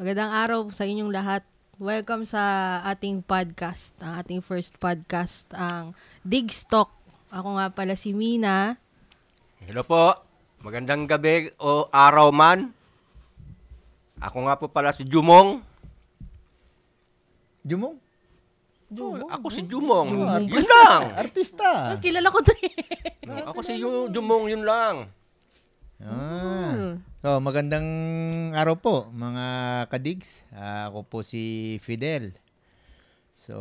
Magandang araw sa inyong lahat. Welcome sa ating podcast, ang ating first podcast, ang Digstock. Ako nga pala si Mina. Hello po. Magandang gabi o araw man. Ako nga po pala si Jumong. Jumong? Ako si Jumong. Jumong. Yun lang. Artista. Ah, kilala ko to eh. Ako si Yu- Jumong, yun lang. Ah. So, magandang araw po mga kadigs. Ah, ako po si Fidel. So,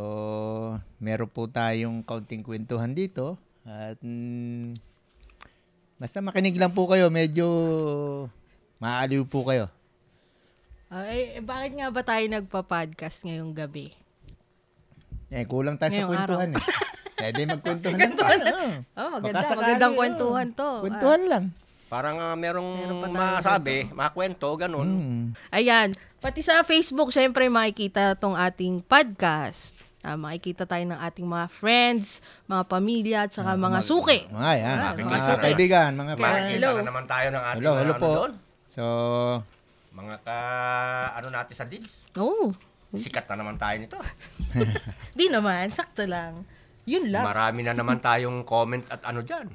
meron po tayong kaunting kwentuhan dito. At mm, basta makinig lang po kayo, medyo maaaliw po kayo. Ah, eh, eh, bakit nga ba tayo nagpa-podcast ngayong gabi? Eh, kulang tayo Ngayong sa kwentuhan eh. Pwede magkwentuhan lang Kwentuhan tayo. Oh, Baka maganda. sakali, Magandang oh. kwentuhan to. Ah. Kwentuhan lang. Para nga merong Meron pa tayo masabi, makakwento, ganun. Mm. Ayan. Pati sa Facebook, syempre makikita tong ating podcast. Ah, makikita tayo ng ating mga friends, mga pamilya, at saka mga suki. Mga Ah, yan. mga makikita na. kaibigan, mga friends. Makikita hello. na naman tayo ng ating Hello, hello ano po. doon. So, Mga ka, ano natin sa din. Oo. Sikat na naman tayo nito. Di naman, sakto lang. Yun lang. Marami na naman tayong comment at ano dyan.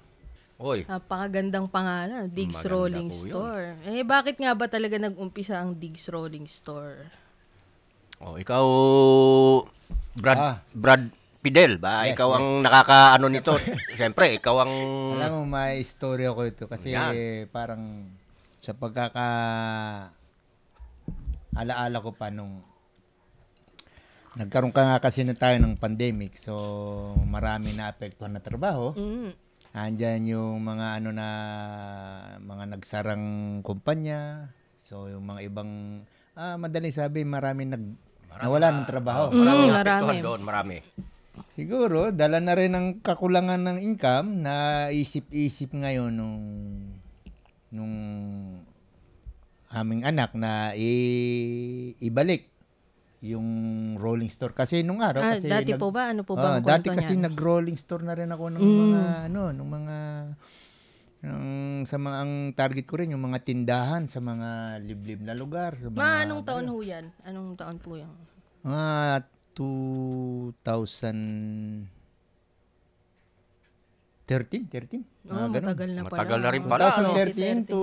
Oy, Napakagandang pangalan, Diggs Maganda Rolling po yun. Store. Eh, bakit nga ba talaga nag-umpisa ang Diggs Rolling Store? oh, ikaw, Brad, Ah. Brad Fidel ba? Yes, ikaw yes. ang nakakaano nito. Siyempre, ikaw ang... alam mo, may story ako ito. Kasi Ano Yan. parang sa pagkaka alaala ko pa nung nagkaroon ka nga kasi na tayo ng pandemic. So, marami na apektuhan na trabaho. Mm. Andyan yung mga ano na mga nagsarang kumpanya. So, yung mga ibang ah, madali sabi, marami nag nawala ng trabaho. Mm, Marami mm, marami. doon, marami. Siguro, dala na rin ang kakulangan ng income na isip-isip ngayon nung nung aming anak na i- ibalik yung rolling store kasi nung araw Ah, kasi dati po ba? Ano po ba ang Ah, dati kwento kasi niyan? Mm. nag-rolling store na rin ako ng mga ano, ng mga ng, sa mga ang target ko rin yung mga tindahan sa mga liblib na lugar, sa mga Ah, Ma, ano. anong taon ho yan? Anong taon po yan? Ah, 2013, 13? Oh, Mga ganun. matagal na pala. Ah, Matagal na rin pala. ano? 2013 to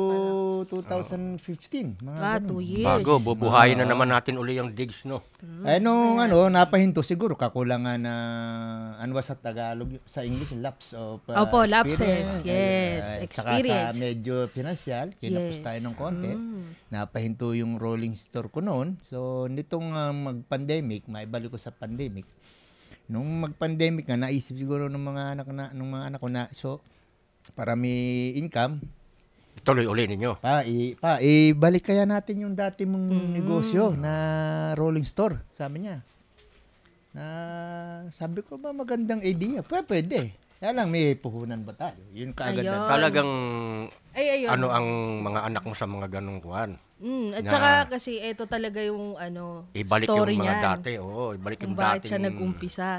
2015. Mga Ah, ganun. two years. Bago, bubuhayin Ah. na naman natin uli yung digs, no? Mm-hmm. Eh, nung ano, napahinto siguro, kakulangan na, ano ba sa Tagalog, yun? sa English, lapse of uh, Opo, lapses. experience. Yes, Eh, eh, Saka experience. sa medyo financial, kinapos Yes. Mm. tayo ng konti. Napahinto yung rolling store ko noon. So, nitong ah, mag-pandemic, maibalik ko sa pandemic. Nung mag-pandemic nga, naisip siguro ng mga anak na, ng mga anak ko na, so, para may income, Ituloy uli ninyo. Pa, i, pa, ibalik kaya natin yung dati mong Mm. negosyo na rolling store, sabi niya. Na sabi ko ba magandang idea? Pwede, pwede. Kaya lang may puhunan ba tayo? Yun kaagad Ayun. na. Talagang Ay, ayun. ano ang mga anak mo sa mga ganong kuhan. Mm, at na- saka kasi ito talaga yung ano, Ibalik story yung mga niyan. dati. Oo, ibalik Kung yung bakit dati. siya nag-umpisa.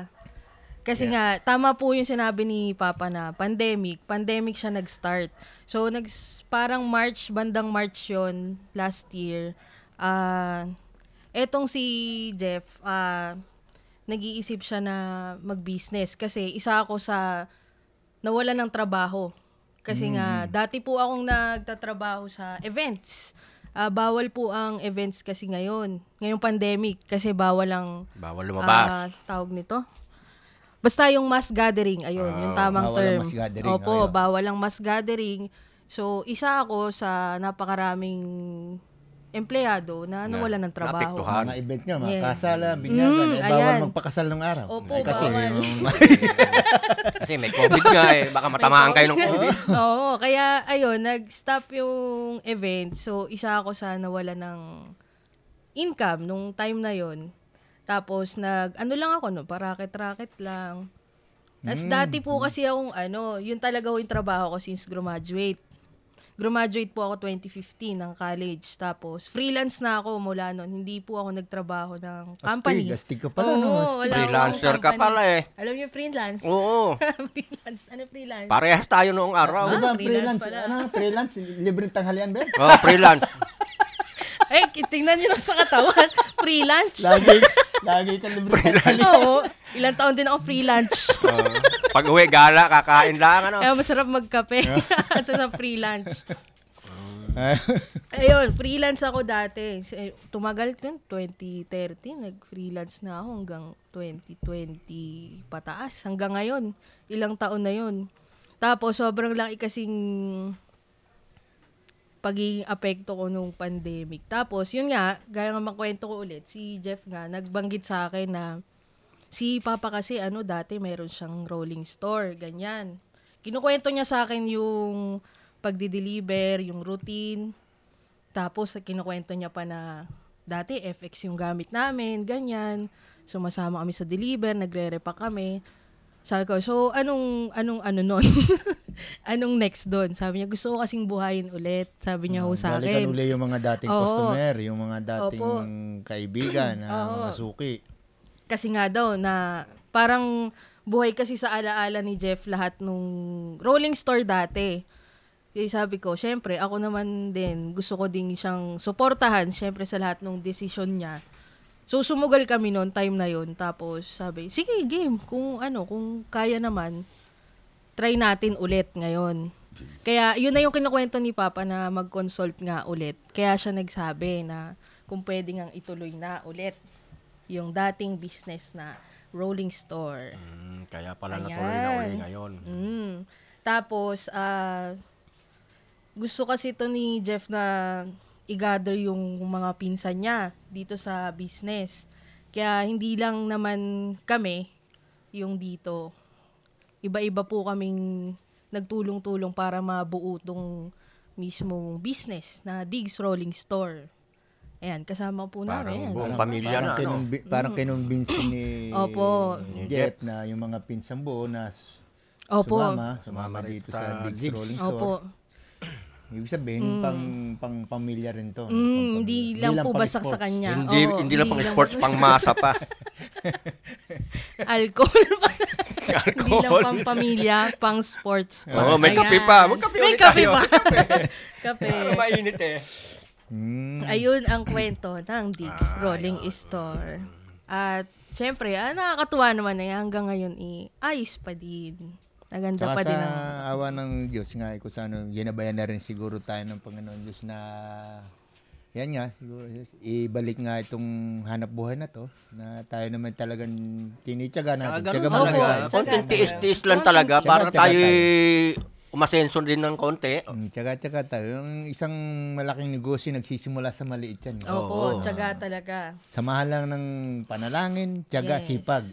Kasi nga, tama po yung sinabi ni Papa na pandemic. Pandemic siya nag-start. So, nags, parang March, bandang March yon last year. ah etong si Jeff, ah nag-iisip siya na mag-business. Kasi isa ako sa nawala ng trabaho. Kasi nga, dati po akong nagtatrabaho sa events. Ah, bawal po ang events kasi ngayon. Ngayong pandemic, kasi bawal ang Bawal lumabas. Ah, tawag nito? Basta yung mass gathering, ayun, yung tamang Ah, bawal ang term. mass gathering, Opo, ayun. bawal ang mass gathering. So, isa ako sa napakaraming empleyado na nawala ano, ng trabaho. naapektuhan. Mga event niya, mga Yes. kasala, binyagan, Mm, eh, bawal ayan. magpakasal ng araw. Opo, Eh, kasi, bawal. Kasi may COVID nga eh. Baka matamaan kayo ng COVID. Oo, kaya ayun, nag-stop yung event. So, isa ako sa nawala ng income nung time na yon. Tapos nag ano lang ako no, paraket-raket lang. As Hmm. dati po kasi akong ano, yun talaga yung trabaho ko since graduate. Graduate po ako 2015 ng college. Tapos freelance na ako mula noon. Hindi po ako nagtrabaho ng company. astig ka pala, Oo, no? Astig. wala akong Freelancer ka company. pala eh. Alam niyo freelance? Oo. freelance. Ano freelance? Parehas tayo noong araw. Di ba, freelance freelance, pala. ano, freelance, libreng tanghalian ba? yun? Oh, freelance. Eh, tingnan niyo lang sa katawan. Free lunch. Lagi, lagi ka libre. Oo. Ilang taon din ako free lunch. Oo. Oh. pag uwi, gala, kakain lang, ano? Kaya masarap magkape. Ito sa free lunch. Ah, Ayun, freelance ako dati. Eh, Tumagal ko yun, 2013. Nag-freelance na ako hanggang 2020 pataas. Hanggang ngayon, ilang taon na yun. Tapos, sobrang laki kasing pagiging apekto ko nung pandemic. Tapos, yun nga, gaya nga makwento ko ulit, si Jeff nga, nagbanggit sa akin na si Papa kasi, ano, dati meron siyang rolling store, ganyan. Kinukwento niya sa akin yung pagdi-deliver, yung routine. Tapos, kinukwento niya pa na dati FX yung gamit namin, ganyan. Sumasama kami sa deliver, nagre-repa kami. Sabi ko, so anong, anong ano nun? anong next doon? Sabi niya, gusto ko kasing buhayin ulit. Sabi Ah, niya ho sa Balikan akin. uli yung mga dating Oo. customer, yung mga dating Opo. kaibigan, ah, Oo. mga suki. Kasi nga daw na parang buhay kasi sa alaala ni Jeff lahat nung rolling store dati. Kaya sabi ko, syempre, ako naman din, gusto ko ding siyang suportahan, syempre, sa lahat ng desisyon niya. So, sumugal kami noon, time na yon Tapos, sabi, sige, game. Kung ano, kung kaya naman, try natin ulit ngayon. Kaya, yun na yung kinukwento ni Papa na mag-consult nga ulit. Kaya siya nagsabi na kung pwede ngang ituloy na ulit yung dating business na rolling store. Mm, kaya pala natuloy na uli Ayan. ngayon. Mm. Tapos, ah, gusto kasi to ni Jeff na i-gather yung mga pinsan niya dito sa business. Kaya hindi lang naman kami yung dito. Iba-iba po kaming nagtulong-tulong para mabuo tong mismong business na Diggs Rolling Store. Ayan, kasama po Parang namin. buong pamilya parang na, ano? kinumbi- Parang kinumbinsi ni Mm. Opo. Jeff na yung mga pinsan buo na s- Opo. sumama, sumama dito sa sa Diggs Diggs. Rolling Store. Opo. Ibig sabihin, pang, pang pamilya rin to. Mm, hindi lang po basak sa kanya. kanya. Hindi, Oo, hindi lang pang sports, pang masa pa. Alcohol pa. Hindi lang Alcohol. pang pamilya, pang sports pa. Oo, may kape Ayan. pa. Magkape May ulit kape tayo. pa. kape. Parang mainit eh. Mm. Ayun ang kwento ng Diggs Rolling Store. At syempre, ah, nakakatuwa naman na yan. hanggang ngayon eh, ayos pa din. Naganda Tsaka pa din sa ang awa ng Diyos nga, eh, kung sa ano, ginabayan na rin siguro tayo ng Panginoon Diyos na, yan nga, siguro, Diyos, ibalik nga itong hanap buhay na to, na tayo naman talagang tinitsaga natin. Tsaga talaga. muna tayo. Opo. Ah, Konting tiis-tiis lang talaga Tsaka- para tsaka tayo tayo. umasenso din ng konti. Mm, Tsaga-tsaga tayo. Yung isang malaking negosyo nagsisimula sa maliit yan. eh. Opo, tsaga talaga. Samahan lang ng panalangin, tsaga, Yes. sipag.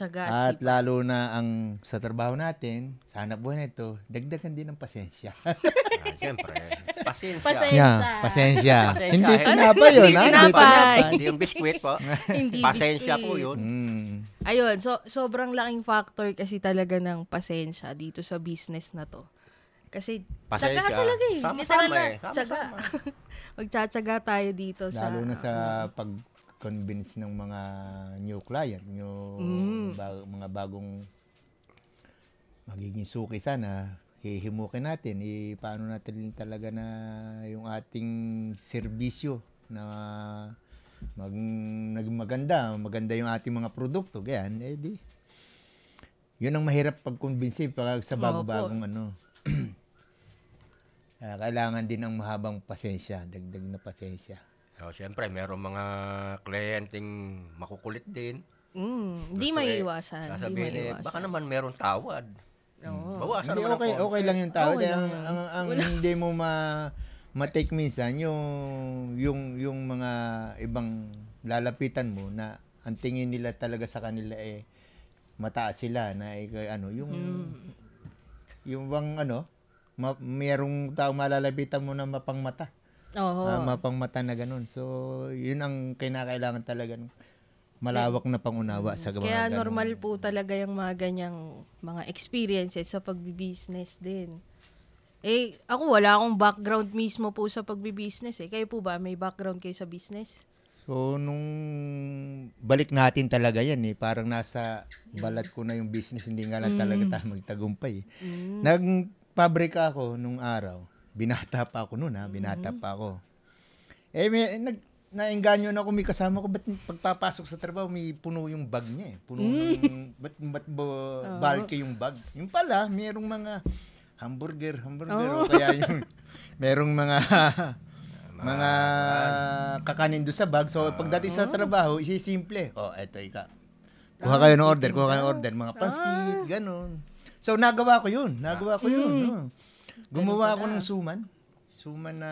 Tsaga at At sipag. lalo na ang sa trabaho natin, sa hanap buhay na ito, dagdagan din ng pasensya. Ah, Siyempre. Pasensya. Pasensya. Yeah, pasensya. Pasensya. Hindi Eh, tinapay Ano? yun, ha? hindi Hindi tinapay. tinapay. Hindi yung biskwit po. Hindi Pasensya biscuit. po yun. Mm. Ayun, so sobrang laking factor kasi talaga ng pasensya dito sa business na to. Kasi Pasensya. tsaga talaga eh. Sama-sama Literal na eh. Sama-sama. tsaga. Magtsatsaga tayo dito sa Mm. Lalo na sa pag-convince ng mga new client, new Mm. ba- mga bagong magiging suki sana, hihimukin natin, i paano natin talaga na yung ating serbisyo na mag, nag- maganda, maganda yung ating mga produkto, ganyan, eh di. Yun ang mahirap pag-convince eh, pag sa bago-bagong ano. Ah, kailangan din ng mahabang pasensya, dagdag na pasensya. So, Oh, siyempre, merong mga kliyenteng makukulit din. Mm, di Gusto eh, maiiwasan. Di Sasabihin eh, maiiwasan. baka naman merong tawad. Oo. Bawasan Hindi, naman okay, ako. okay lang yung tao. Okay Dahil lang ang, yan. ang, ang hindi mo ma, ma-take minsan yung, yung, yung mga ibang lalapitan mo na ang tingin nila talaga sa kanila eh mataas sila na eh, kay- ano yung Hmm. yung bang ano ma, merong tao malalapitan mo na mapangmata Oo. Ah, mapangmata na ganun so yun ang kinakailangan talaga ng malawak na pangunawa sa mga Kaya ganun. normal po talaga yung mga ganyang mga experiences sa pagbibusiness din. Eh, ako wala akong background mismo po sa pagbibusiness eh. Kayo po ba, may background kayo sa business? So, nung balik natin talaga yan eh, parang nasa balat ko na yung business, hindi nga lang talaga tayo magtagumpay. eh. Nagpabrika ako nung araw, binata pa ako noon ha, binata pa ako. Eh, may, nag, naengganyo na ako may kasama ko. Ba't pagpapasok sa trabaho, may puno yung bag niya eh. Puno ng, ba't, ba't ba, bulky yung bag? Yung pala, merong mga hamburger, hamburger. O kaya yung, merong mga, mga kakanin doon sa bag. Ah. So, pagdating sa trabaho, isisimple. Oh, eto ika. Kuha Ah, kayo ng order, kuha kayo ng order. Mga pansit, ganun. So, nagawa ko yun. Nagawa ko yun. Hmm. no. Gumawa ako ng suman. Suman na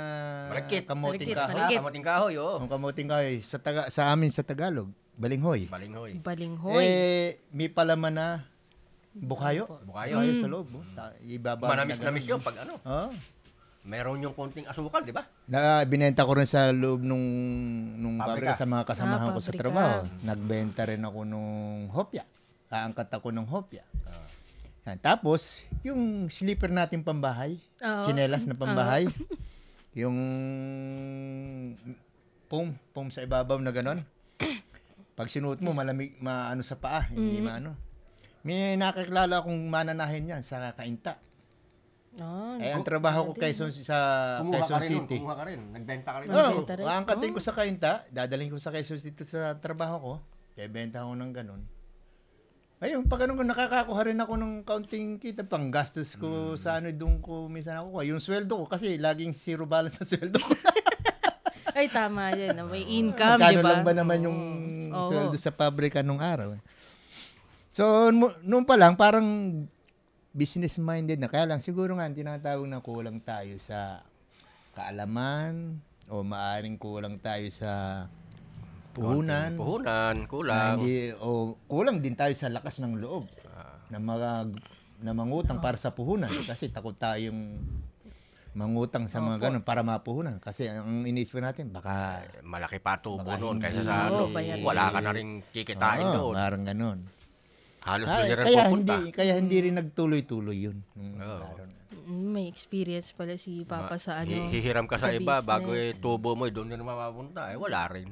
Malagkit. kamoting Malagkit, kahoy. Malagkit. Kamuting kahoy, oo. Ang kamuting kahoy sa taga sa amin sa Tagalog, balinghoy. Balinghoy. Balinghoy. Eh may palaman na bukayo. Bukayo. Bukayo sa loob. oh. Ta- Ibaba Manamis na namis yun pag ano. Oh. Meron yung konting asukal, di ba? Na binenta ko rin sa loob nung nung Pabrika. pabrika sa mga kasamahan Ah, ko sa pabrika. trabaho. Nagbenta rin ako nung hopya. Aangkat ako ng hopya. Yan. Tapos, yung slipper natin pambahay, Oo. chinelas na pambahay, yung foam, foam sa ibabaw na ganon. Pag sinuot mo, malamig, maano sa paa, Mm. hindi maano. May nakakilala akong mananahin yan sa kainta. Ah, Eh, ang trabaho ko Quezon, Kumuha ka sa Ah, Quezon rin, City. Ah, nun, kumuha ka rin. Nagbenta ka rin. Oo, Magbenta rin. ang kating ko sa kainta, dadalhin ko sa Quezon dito sa trabaho ko, bebenta ko ng ganun. Ayun, pag ganun ko, nakakakuha rin ako ng kaunting kita, pang gastos ko sa ano, doon ko minsan ako Yung sweldo ko, kasi laging zero balance sa sweldo ko. Ay, tama yan. no? May income, di Magkano ba? lang ba naman yung Oo. sweldo sa pabrika nung araw? eh. So, nu- noon pa lang, parang business-minded na. Kaya lang, siguro nga, ang tinatawag na kulang tayo sa kaalaman o maaring kulang tayo sa puhunan. Puhunan, Na kulang. hindi, o kulang din tayo sa lakas ng loob na, mga, na mangutang para sa puhunan kasi takot tayong mangutang sa mga ganun para mapuhunan. Kasi ang iniisip natin, baka Malaki pa tubo Baka noon hindi. kaysa sa ano. Oo, bayarin. Wala ka na rin kikitain Oo, doon. Parang ganun. Halos Ah, doon na rin kaya pupunta. hindi kaya hindi rin nagtuloy-tuloy 'yun. Mm, Oo. laro na. Mm, May experience pala si Papa sa ano. Hi- Hihiram ka sa sa, iba bago business. eh, tubo mo eh, doon na naman mapunta. Eh, wala rin.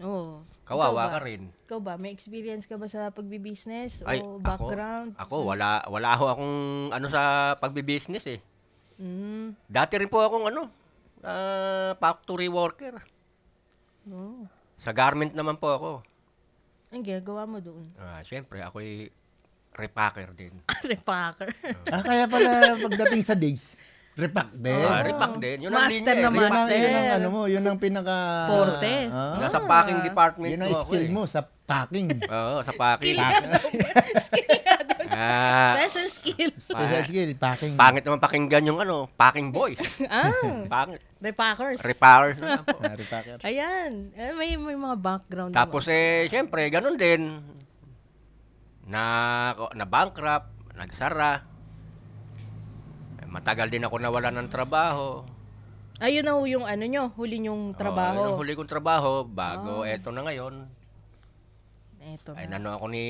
Oo. Ikaw Kawawa ba? ka rin. Ikaw ba? May experience ka ba sa pagbibusiness? Ay, o ako, background? ako wala, wala ako akong ano sa pagbibusiness eh. Mm. Dati rin po akong ano, ah, factory worker. Oo. Sa garment naman po ako. Ang ginagawa mo doon? Ah, Siyempre, ako'y repacker din. Repacker. Ah, kaya pala pagdating sa digs, repack din. Oo. Ah, repack din. Yun ang Master na linya eh, repack yun, ang, master. din. yun ang ano mo, yun ang pinaka Forte. Ah, Nasa packing department yun ang po ako skill eh. mo sa packing. Oo, sa skill packing. nga doon. Ah, Special skill. Special skill, packing. pangit naman pakinggan yung ano, packing boys. ah, Pangit. repackers. Repackers na lang po. Ah, repacker. Ayan. Eh, May, may mga background. Tapos eh, siyempre, ganun din. Na, na bankrupt, nagsara. Eh, Matagal din ako nawala ng trabaho. Ayun na ho yung ano nyo, huli nyong Oh, yun ang trabaho. huli kong trabaho, bago eto na ngayon. Eto Ay, na. nano ako ni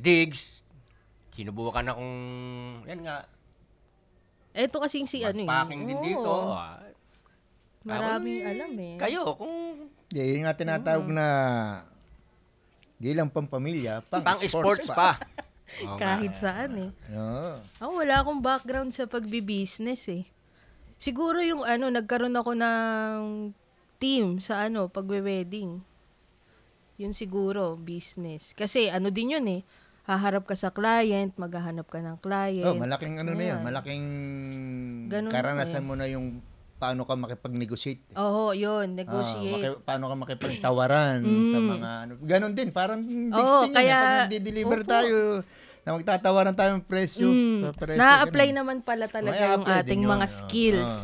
Diggs. Sinubukan akong, yan nga, Eto kasing si ano eh. packing din Oo. dito. Ah, Maraming alam eh. Kayo, kung Yeah, yun nga tinatawag Hmm. na di lang pampamilya, pang, pang sports pa. Oo nga. Kahit saan eh. No. Ako wala akong background sa pagbibusiness eh. Siguro yung ano, nagkaroon ako ng team sa ano, pagwe-wedding. Yun siguro, business. Kasi ano din yun eh, haharap ka sa client, maghahanap ka ng client. Oh, malaking ano na 'yan, Ayan. malaking Ganun karanasan mo na yung paano ka makipag-negotiate Oo, yun, Ah, negotiate. Mm. maki- paano ka makipagtawaran sa mga ano. Ganon din, parang digs Oo, din kaya- yan. Kapag nagdi-deliver Opo. tayo, na magtatawaran tayo ng presyo. Mm, sa presyo, na-apply ganun. naman pala talaga May yung apply din ating yun. mga Oo, skills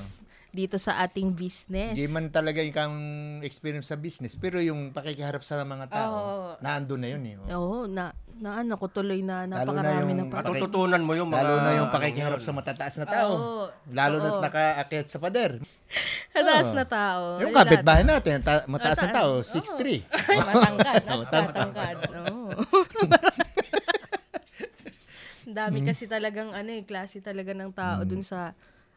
dito sa ating business. Hindi man talaga yung kang experience sa business, pero yung pakikiharap sa mga Ah, tao, Oo. naandun na yun. Eh. oh. Oo, na, na ano ko tuloy na Lalo na napakarami yung ng pa- pag- Matututunan mo yung mga... Lalo na yung ano pakikiharap yun. sa matataas na tao. Oo. Lalo Oo. na't nakaakyat sa pader. Hataas na tao. Ah. yung Ay, lahat. kapitbahay natin, ta- mataas na Mataan. tao, Oo. 6'3". Ay, matangkad. Oh, Matangkad. Oo. Ang Dami Mm. kasi talagang ano eh, klase talaga ng tao dun sa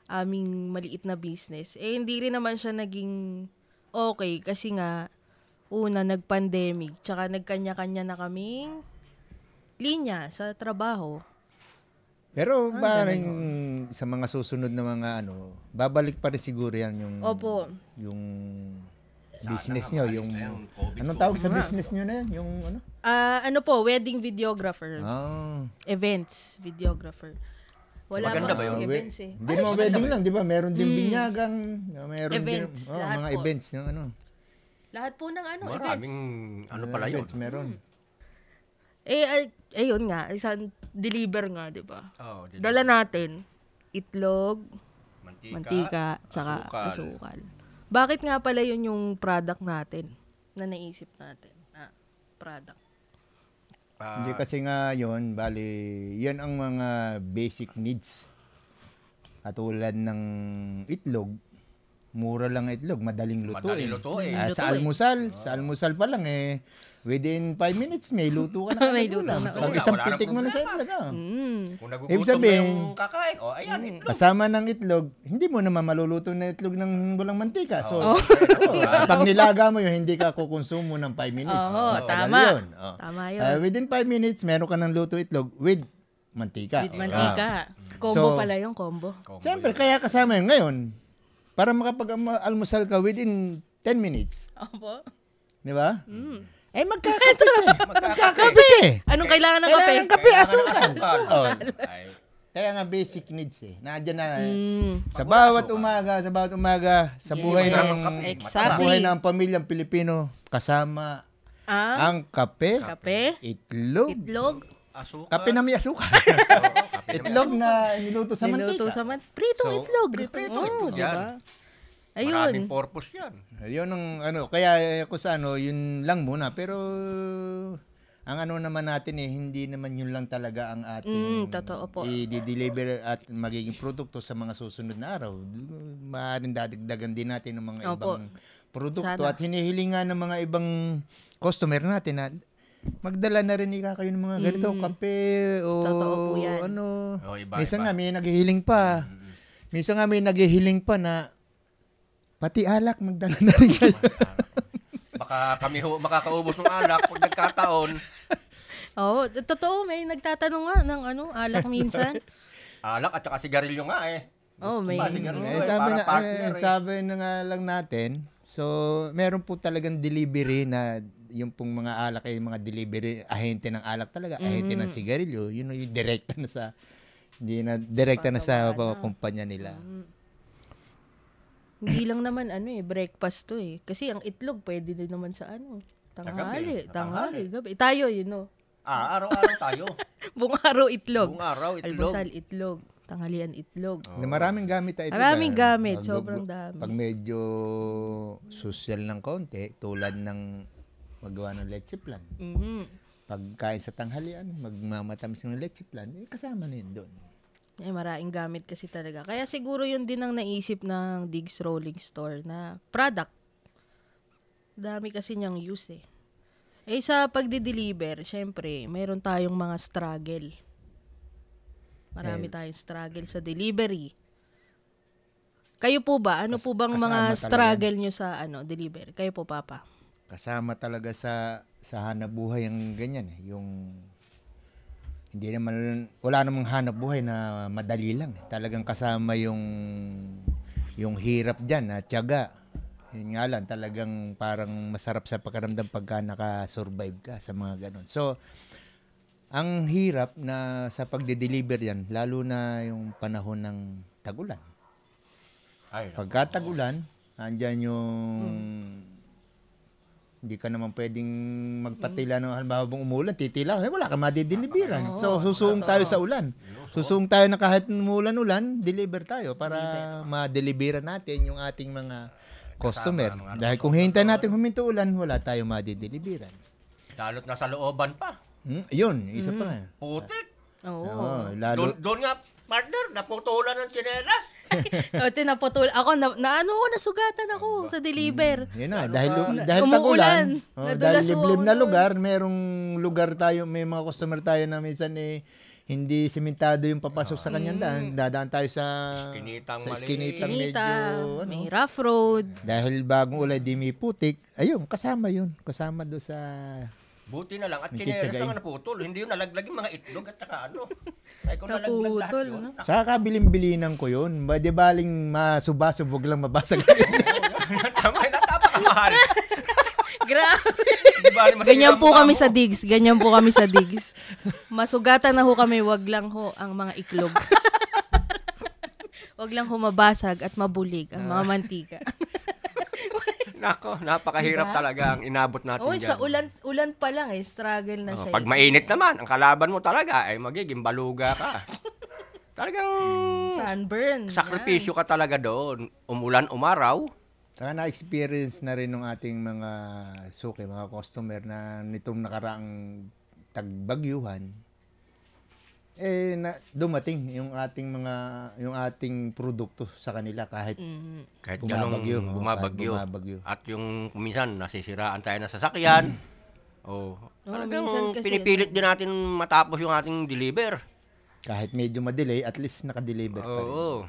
aming maliit na business. Eh, hindi rin naman siya naging okay kasi nga, una, nag-pandemic. Tsaka nagkanya-kanya na kaming linya sa trabaho. Pero parang sa mga susunod na mga ano, babalik pa rin siguro yan yung Opo. yung business nyo, yung... Anong tawag Ano sa business nyo na yan? Yung ano? Ah, ano po, wedding videographer. Ah. Events videographer. Wala Maganda pa ba kasing yun? events eh. Hindi mga wedding lang, di ba? Meron din binyagang, meron Mm. Events, din, oh, lahat mga po. events, yung ano. Lahat po ng ano, Maraming, events. ano pala yun? Events, meron. Eh, ay, ayun nga, isang deliver nga, di ba? Oh, di- Dala natin, itlog, mantika, mantika, tsaka asukal. asukal. Bakit nga pala yun yung product natin na naisip natin? Ah, product. Ah, Hindi kasi nga yun, bali, yun ang mga basic needs. Katulad ng itlog, mura lang ang itlog, madaling lutuin. madaling lutuin. Ah, sa Lutuin. almusal, sa almusal pa lang eh, within 5 minutes may luto ka na. May agad luto ulam. na Pag ulam. isang Ah, Wala nang pitik mo na sa problema. itlog. ah. Mm. Kung Ibig nagugutom na sabihin- Mm. yung kakain, o ayan, itlog. Kasama ng itlog, hindi mo naman maluluto na itlog ng walang mantika. So, Oh. Oo. oo, pag nilaga mo yun, hindi ka kukonsumo ng 5 minutes. Oo, Matagal Oh. tama. yun. Oo. Tama yun. Ah, within 5 minutes, meron ka ng luto itlog with Ah. mantika. With mantika. Mm. Combo So- pala yung combo. Ah. Siyempre, kaya kasama yun ngayon. Para makapag-almusal ka within 10 minutes. Opo. Di ba? Mm. Eh, magkakape ka. magkakape ka eh. Anong kailangan ng kape? Kailangan kape, asukal. Asukal. Oo. Ay, Kaya nga basic needs eh. Nandiyan na eh. Mm. Sa bawat umaga, sa bawat umaga, sa Yes, buhay ng sa exactly. buhay ng pamilyang Pilipino, kasama Ah, ang kape, kape, itlog, itlog, asukal. kape na may Oo, asukal. kape na may itlog na niluto sa niluto mantika. sa mantika. Pritong So, itlog. pritong Oo, itlog. di ba? Ayun. Maraming purpose yan. Yun ang ano, kaya ako sa ano, yun lang muna. Pero ang ano naman natin eh, hindi naman yun lang talaga ang Mm, ating totoo po. i-deliver at magiging produkto sa mga susunod na araw. Maaaring dadagdagan din natin ng mga Opo. ibang produkto Sana. at hinihilingan ng mga ibang customer natin na magdala na rin ika kayo ng mga ganito, kape o Mm. Totoo po yan. ano. Oo, iba, Minsan iba. nga may naghihiling pa. Minsan nga may naghihiling pa na Pati alak, magdala na rin kayo. Baka kami ho, makakaubos ng anak pag nagkataon. Oo, t- Oh, totoo, may nagtatanong nga ng ano, alak minsan. Alak at saka sigarilyo nga eh. Oo, may... Ba, sigarilyo eh, eh, sabi, para na, partner eh, eh. sabi na nga lang natin, so meron po talagang delivery na yung pong mga alak ay mga delivery ahente ng alak talaga, ahente ng sigarilyo, yun yung direkta na sa hindi na direkta na sa Patawa na. kumpanya nila. Hindi lang naman ano eh, breakfast to eh. Kasi ang itlog pwede din naman sa ano. Tanghali, Sa gabi, sa tanghali, gabi. Tayo, you know. Ah, araw-araw tayo. Buong araw itlog. Buong araw, itlog. Almusal, itlog. Tanghalian, itlog. Na maraming gamit ay ito. Maraming dahil gamit, pag- sobrang dami. Pag medyo social ng konti, tulad ng magawa ng leche plan. Oh. Mhm. Pagkain sa tanghalian, magmamatamis ng leche plan, eh, kasama na yun doon. Eh, maraming gamit kasi talaga. Kaya siguro yun din ang naisip ng Diggs Rolling Store na product. Dami kasi niyang use eh. Eh, sa pagdi-deliver, syempre, meron tayong mga struggle. Marami Eh, tayong struggle sa delivery. Kayo po ba? Ano po bang kasama mga talaga yan. struggle nyo sa ano delivery? Kayo po, Papa? kasama talaga sa sa hanap buhay ang ganyan eh, yung hindi naman wala namang hanap buhay na madali lang eh. Talagang kasama yung yung hirap diyan at tiyaga. Yun nga lang, talagang parang masarap sa pakiramdam pagka naka-survive ka sa mga ganun. So, ang hirap na sa pagde-deliver yan, lalo na yung panahon ng tagulan. Ay, Pagkatagulan, andyan yung hindi ka naman pwedeng magpatila ng halimbawa bang umulan, titila ka, eh, wala ka madideliveran. So, susuong tayo sa ulan. Susuong tayo na kahit umulan-ulan, deliver tayo para ma-deliveran natin yung ating mga customer. Dahil kung hintay natin huminto ulan, wala tayo madideliveran. dalot na sa looban pa. Hmm? Yun, isa pa nga. Putik. Oo. Oo, Doon, lalo, doon nga, partner, naputulan ng tsinelas. o, tinaputol. Ako, na, na ano ko, nasugatan ako sa deliver. Yun na, dahil, dahil umuulan, tagulan, oh, nadulas dahil yung liblib ako na doon. lugar, merong lugar tayo, may mga customer tayo na minsan eh, hindi simentado yung papasok sa Mm. kanyang daan. Dadaan tayo sa Iskinitang Ah, sa maliit. iskinitang medyo, Kinita, ano, may rough road. dahil bagong ulay di may putik, ayun, kasama yun. Kasama doon sa, Buti na lang at May tsinelas kitsagain. na nga naputol. Hindi yung nalaglag yung mga itlog at saka ano. Ay, kung nalaglag lahat Naputol, yun. no? sa kabilin-bilinan ko yun. Ba, di baling masubasubog lang mabasag. Oo, yan. Tama, natapa ka Mahal. Grabe. Di ba, masira Ganyan ang po mukha kami mo? sa digs. Ganyan po kami sa digs. Masugatan na ho kami, wag lang ho ang mga iklog. wag lang ho mabasag at mabulig ang Ah. mga mantika. Nako, napakahirap Diba? talaga ang inabot natin Oy, dyan. sa ulan ulan pa lang eh, struggle na Oh, siya. pag eh. mainit naman, ang kalaban mo talaga ay magiging baluga ka. Talagang Hmm. Sunburn. sakripisyo ka talaga doon. Umulan, umaraw. Saka na-experience na rin ng ating mga suki, mga customer na nitong nakaraang tagbagyuhan, eh na, dumating yung ating mga yung ating produkto sa kanila kahit Mm. Kahit Bumabagyo, ganong oh, bumabagyo. kahit bumabagyo. Hmm. At yung minsan nasisiraan tayo ng sasakyan. Oh, talagang minsan kasi- ano. pinipilit din natin matapos yung ating deliver. kahit medyo ma-delay at least naka-deliver pa rin. Oo.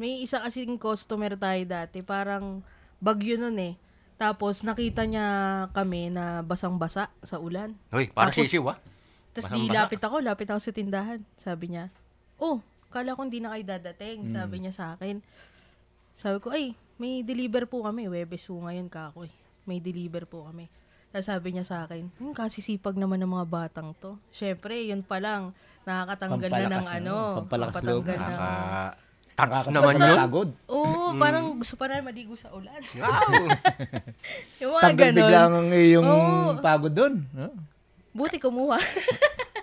May isa kasing customer tayo dati, parang bagyo nun eh. Tapos nakita niya kami na basang-basa sa ulan. Hoy, para Tapos- sisiw ah. Tapos Basang di basa. lapit ako, lapit ako sa tindahan. Sabi niya, oh, kala ko hindi na kayo dadating. Hmm. Sabi niya sa akin. Sabi ko, ay, may deliver po kami. Webes po ngayon ka ako eh. May deliver po kami. Tapos sabi niya sa akin, hmm, kasisipag naman ng mga batang to. Siyempre, yun pa lang, nakakatanggal na ng Pampalakas, ano. no? Pampalakas loob. pampatanggal na. Nakaka... Nakaka- Hmm. Touch naman yun. Pagod. Oo, parang gusto pa na maligo sa ulan. Wow! Yung mga Tanggal ganun. bigla ang iyong Oo. pagod doon. Huh? Buti kumuha.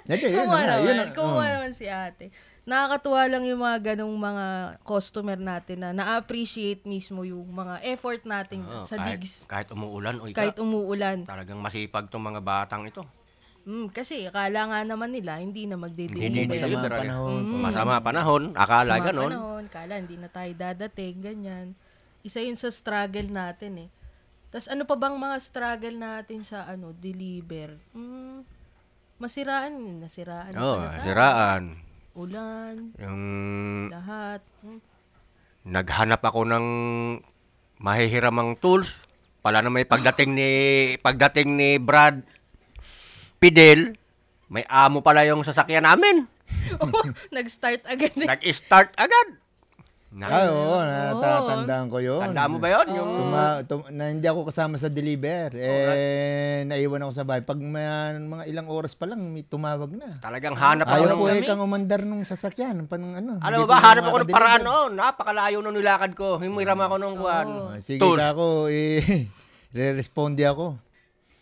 Hindi, yun kumuha na nga, naman. yun na- oh. kumuha oo. naman si ate. Nakakatuwa lang yung mga ganong mga customer natin na na-appreciate mismo yung mga effort natin Oh, sa kahit, digs. kahit umuulan, oy, Kahit umuulan. talagang masipag tong mga batang ito. Mm, kasi akala nga naman nila hindi na Hindi magde-deliver. din Masama ang talaga. Mm. panahon. Masama panahon, akala Sa mga ganon. panahon, kala hindi na tayo dadating, ganyan. Isa yun sa struggle natin eh. Tapos ano pa bang mga struggle natin sa ano, deliver? Mm, masiraan, nasiraan. pa Oo, na tayo. siraan. Ulan, Yung lahat. Mm. naghanap ako ng mahihiramang tools. Pala na may pagdating ni pagdating ni Brad Pidel, may amo pala yung sasakyan namin. Oo, Oh, nag-start agad eh. Nag-start agad. Ah, Na, oo, natatandaan ko yun. tandaan mo ba yun? Yung Tuma, tum- na hindi ako kasama sa deliver. Eh, naiwan ako sa bahay. Pag may, mga ilang oras pa lang, may tumawag na. talagang hanap ako ng... Ayaw ko eh kang umandar nung sasakyan. Panang ano. Alam mo ba, hindi ko na hanap ako ng makakadeliver. paraan noon. Napakalayo nung nilakad ko. Himiram ako nung kuwan. Ah, Sige, Tools. ako, eh, re-respondi ako.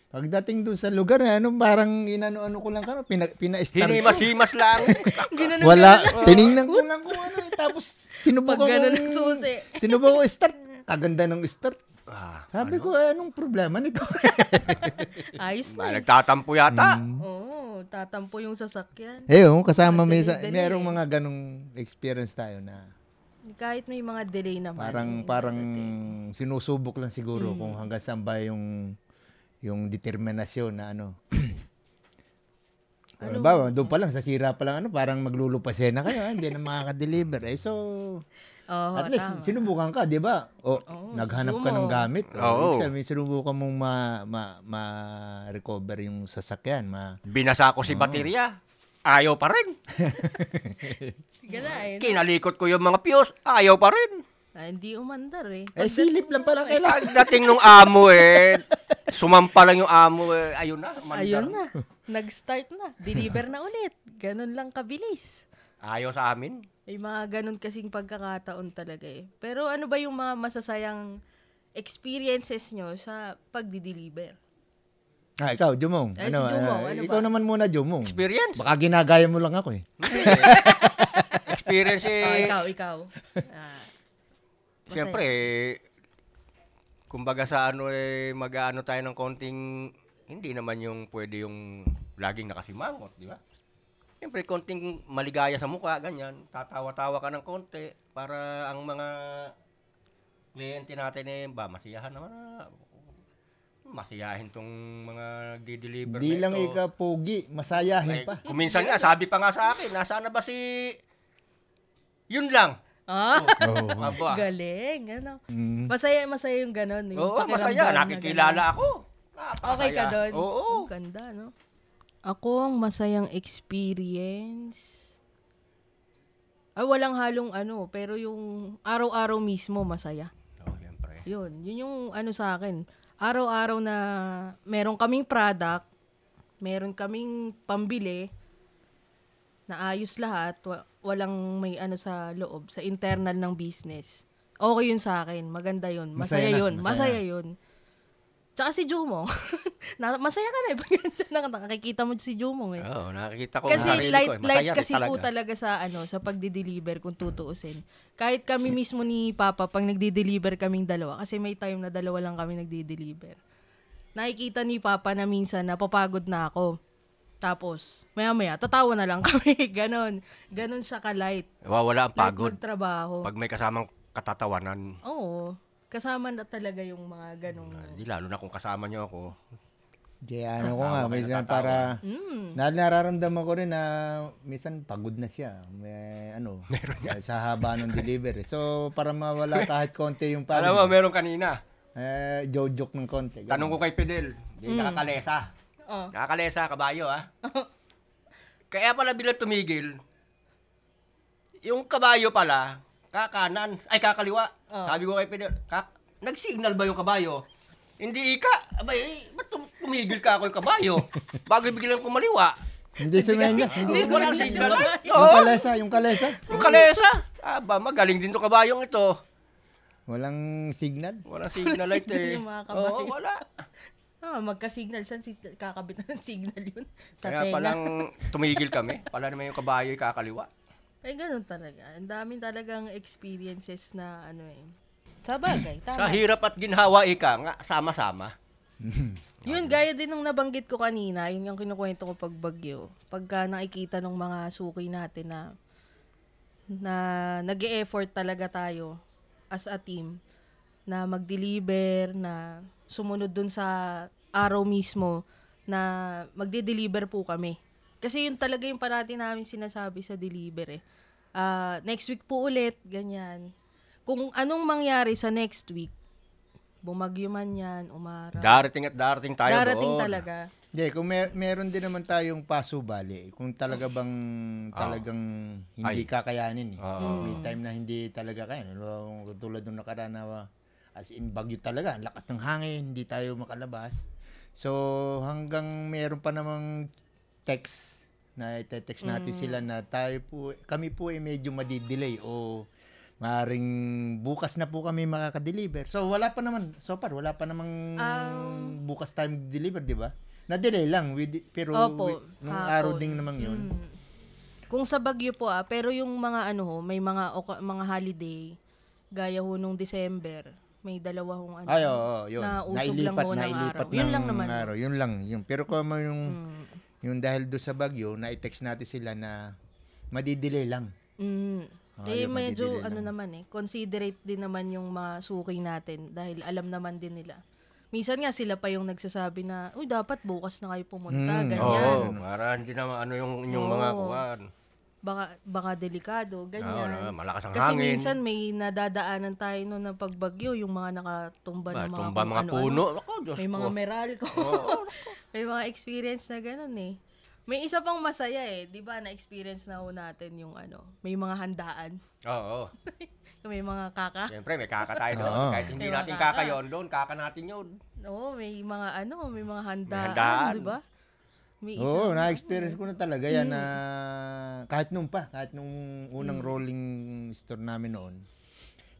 Pagdating doon sa lugar, eh, ano, parang inano-ano ko lang kano, pina, pina-start. Hinimas-himas lang. Ganun ang Wala, tiningnan ko lang kung ano eh. Tapos Pag sinubukan ko. eh, ganun ang susi. Sinubukan ko eh, start. Kaganda ng start. ah, Sabi ko, eh, anong problema nito? Ayos na. ba, Ah, nagtatampo yata. Oo, tatampo yung sasakyan. eh, oh, kasama may sa, Dali-dali merong eh. mga ganong experience tayo na Kahit may mga delay naman. parang eh, parang dadating. sinusubok lang siguro Mm. kung hanggang saan ba yung yung determinasyon na ano. Ano ba, doon pa lang, sa sira pa lang, ano, parang maglulupasin na kayo, ah, hindi na makaka-deliver. Eh, so, Oo, At least, tama. sinubukan ka, di ba? O, naghanap ka sumo. ng gamit. O, Oo. ibig Sabihin, sinubukan mong ma- ma- ma-recover yung sasakyan. Ma- Binasa ko si baterya. Ayaw pa rin. Sige na eh. Kinalikot ko yung mga fuse. Ayaw pa rin. Ah, hindi umandar eh. eh, silip lang pala kailangan. Pagdating nung amo eh, sumampa lang yung amo eh. Ayun na. mandar. Ayun na. Nag-start na. Deliver na ulit. Ganun lang kabilis. Ayaw sa amin. May mga ganun kasing pagkakataon talaga eh. Pero ano ba yung mga masasayang experiences nyo sa pagdi-deliver? Ah, ikaw, Jumong. Ay, si Jumong, ano ikaw ba? naman muna, Jumong. Experience. Baka ginagaya mo lang ako eh. Experience Oh, eh. ikaw, ikaw. Ah, masaya. Siyempre, eh, kumbaga sa ano eh, mag-ano tayo ng konting, hindi naman yung pwede yung laging nakasimangot, di ba? Siyempre, konting maligaya sa mukha, ganyan. Tatawa-tawa ka ng konti para ang mga kliyente natin eh, ba, masiyahan naman. ah. Masiyahin tong mga di-deliver Hindi na lang ito. ikaw pogi, masayahin Ay, pa. kuminsan nga, sabi pa nga sa akin, nasaan na ba si... Yun lang. Ah, Oo. Aba. galing. Ano? Mm. Masaya, masaya yung ganun. Ano Yung Hmm. Oo, pakiramdam masaya. na Nakikilala ako. ganun. Okay ka Napakasaya. doon? Oo. Ang ganda, no? Ako, ang masayang experience. Ay, walang halong ano, pero yung araw-araw mismo masaya. Oo, siyempre. Yun, yun yung ano sa akin. Araw-araw na meron kaming product, meron kaming pambili, naayos lahat, wa- walang may ano sa loob, sa internal ng business. Okay yun sa akin. Maganda yun. Masaya, Masaya na, yun. Masaya, masaya. yun. Tsaka si Jumong. Na- masaya ka na eh. Pag nandiyan na ka, nakakikita mo si Jumong eh. Oo, nakikita ko Kasi ang sarili light, ko. Eh. light Masaya rin kasi talaga. po talaga sa ano sa pagdi-deliver kung tutuusin. Kahit kami mismo ni Papa pag nagdi-deliver kaming dalawa kasi may time na dalawa lang kami nagdi-deliver. Nakikita ni Papa na minsan napapagod na ako. Tapos, maya-maya, tatawa na lang kami. ganon. Ganon siya ka-light. Wawala ang Light pagod. magtrabaho. Pag may kasamang katatawanan, Oo. Kasama na talaga yung mga ganong... Hindi, lalo na kung kasama niyo ako. Kaya ano ko nga, kayo, minsan natatawa. para Mm. na, nararamdaman ko rin na minsan pagod na siya. May ano, sa haba ng delivery. So, para mawala kahit konti yung Alam mo, pagod, meron kanina. eh, joke ng konti. ganun. Tanong ko kay Fidel. Hindi, Mm. nakakalesa. Oh. Nakakalesa, kabayo, ha? Kaya pala bilang tumigil, yung kabayo pala, kakanan, ay kakaliwa. Oh. Sabi ko kay Fidel, kak, nag-signal ba yung kabayo? Hindi, ika. Abay, eh, ba't tum- tumigil ka ako yung kabayo? Bago biglang kumaliwa. Hindi sumenyas. Hindi, Hindi wala sumenyas. signal. Oh! Yung Oo. kalesa, yung kalesa. Yung kalesa. Aba, magaling din to kabayong ito. Walang signal. Walang signal light signal eh. yung mga kabayo. Oo, wala. Ah, magka-signal. Saan si, kakabit ng signal yun? Sa Kaya tenga. palang tumigil kami. Pala naman yung kabayo ay kakaliwa. Ay, Eh, ganun talaga. Ang daming talagang experiences na ano eh. Sa bagay, Sa tama. hirap at ginhawa ika nga, sama-sama. Yun, gaya din nung nabanggit ko kanina, yun yung kinukwento ko pag bagyo. Pagka nakikita ng mga suki natin na na nag effort talaga tayo as a team na mag-deliver, na sumunod dun sa araw mismo na magde-deliver po kami. Kasi yun talaga yung parati namin sinasabi sa deliver eh. Ah, next week po ulit, ganyan. Kung anong mangyari sa next week, bumagyo man yan, umara. Darating at darating tayo Darating doon. talaga. Hindi, kung mer- meron din naman tayong pasubali. Kung talaga bang Ah. talagang hindi kakayanin. Eh. Oo. May time na hindi talaga kaya. Ano, tulad nung nakaraan na as in bagyo talaga. Ang lakas ng hangin, hindi tayo makalabas. So hanggang meron pa namang text na ite-text natin Mm. sila na tayo po, kami po ay medyo madidelay o maring bukas na po kami makakadeliver. So wala pa naman, so far wala pa namang Um, bukas tayo deliver, di ba? Na-delay lang, we di- pero Opo, we- nung hapon. araw Mm. ding naman yun. Kung sa Bagyo po ah, pero yung mga ano ho, may mga oka- mga holiday gaya ho nung December, may dalawa hong ano. Ay, oo, oo, yun. Na usog nailipat, lang ho ng nailipat araw. Yun lang naman. Mm. araw. Yun lang. Yun. Pero kung ano yung, yung dahil doon sa bagyo, na-text natin sila na madidelay lang. Mm. eh yung medyo madidelay ano naman eh, considerate din naman yung mga suki natin dahil alam naman din nila. Minsan nga sila pa yung nagsasabi na, uy dapat bukas na kayo pumunta, Oo, Mm, Hmm. ganyan. para hindi na ano yung inyong mga Oo. kuwan. Baka, baka delikado, Oo, ganyan. na, malakas ang Kasi hangin. minsan may nadadaanan tayo noon ng pagbagyo, yung mga nakatumba ba, ng mga, Ah, tumba kung mga ano-ano. puno. Ako, Diyos May ko. mga Meralco. may mga experience na ganun eh. May isa pang masaya eh, 'di ba? Na-experience na ho natin yung ano, may mga handaan. Oo. may mga kaka. Siyempre, may kaka tayo doon. Oo. Kahit hindi May mga natin kaka kaka. yun doon, kaka natin yun. Oo, may mga ano, may mga handaan, handaan. 'di ba? May isa. Oo, na-experience ko na talaga Mm. yan na kahit nung pa, kahit nung unang rolling store namin noon,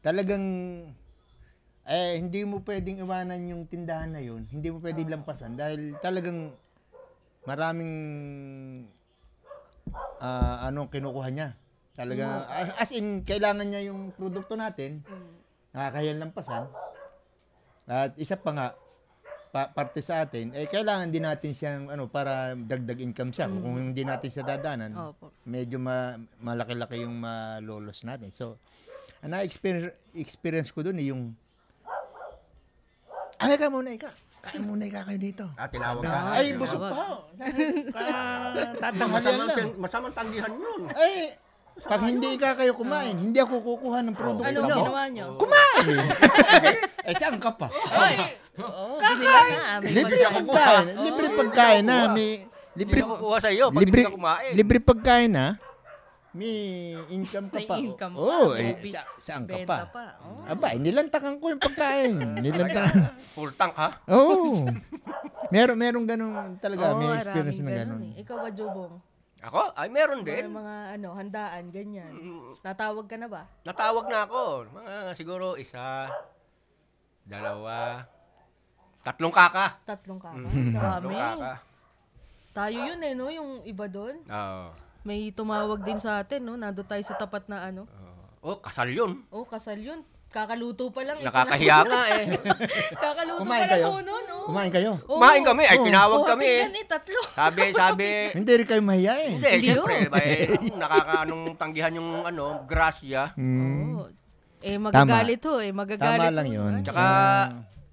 talagang eh hindi mo pwedeng iwanan yung tindahan na yun. Hindi mo pwedeng lampasan dahil talagang maraming ah, anong kinukuha niya. Talaga as in kailangan niya yung produkto natin. Nakakayan lampasan. At isa pa nga, pa- parte sa atin, eh kailangan din natin siyang ano para dagdag income siya. Kung hindi natin siya dadaanan, Opo. medyo ma- malaki-laki yung malolos natin. So, ang na-experience experience ko doon eh, yung Ala ka muna ikaw. Kain muna ikaw kayo dito. Ah, tinawag ka. Ay, busog pa. oh. Ka- Tatanghalian Masamang, lang. tin- masamang tanggihan yun. Ay, pag hindi ka kayo kumain, Ah. hindi ako kukuha ng produkto Ano niyo. oh. ginawa niyo? Kumain! eh, saan ka pa? Ay. Oo, binila na. Ah, May Libre pagkain. pagkain. Libre pagkain na. May, Hindi libre, ako kukuha sa iyo pag libre, hindi ka kumain. libre pagkain na. May income ka May pa. income pa. oh, May eh, bi- sa, saan ka benta pa? pa. Oh. Aba, eh, nilantakan ko yung pagkain. nilantakan. Full tank ha? Oo. Oh. Meron, merong ganun talaga. Oo, may experience Oh, na maraming ganun. eh. Ikaw ba, Jubong? Ako? Ay, meron Mga, din. mga ano, handaan, ganyan. Mm. Natawag ka na ba? Natawag na ako. Mga siguro isa, dalawa, tatlong kaka. Tatlong kaka. Mm. Tatlong Marami. kaka. Tayo yun eh, no? Yung iba doon. Oo. May tumawag din sa atin, no? Nando tayo sa tapat na ano. Oh, kasal yun. Oh, kasal yun. Kakaluto pa lang. eh. Nakakahiya nga eh. Kakaluto pa Kumain lang kayo? ho nun, oh. Kumain kayo. Oo. Kumain kami. Ay, Oo. tinawag Oo, kami eh. tingnan eh, tatlo. Sabi, sabi, Hindi rin kayo mahiya eh. Hindi, Hindi syempre, may nakakaanong tanggihan yung ano, grasya. Mm. Oo. Eh, magagalit ho eh. Magagalit Tama lang ho. yun. Tsaka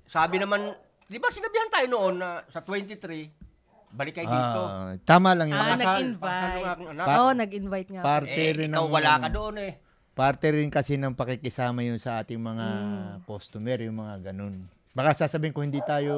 sabi naman, 'di ba sinabihan tayo noon na sa 23 balik kayo dito. Ah, tama lang yun. Ah, Pakasal- nag-invite. pakasal ng aking ano anak. Oo, oh, nag-invite nga. Ah, Parte eh, rin ikaw ng- ano. wala ka doon eh. Parte rin kasi ng pakikisama yun sa ating mga Hmm. customer, yung mga ganun. Baka sasabihin ko hindi tayo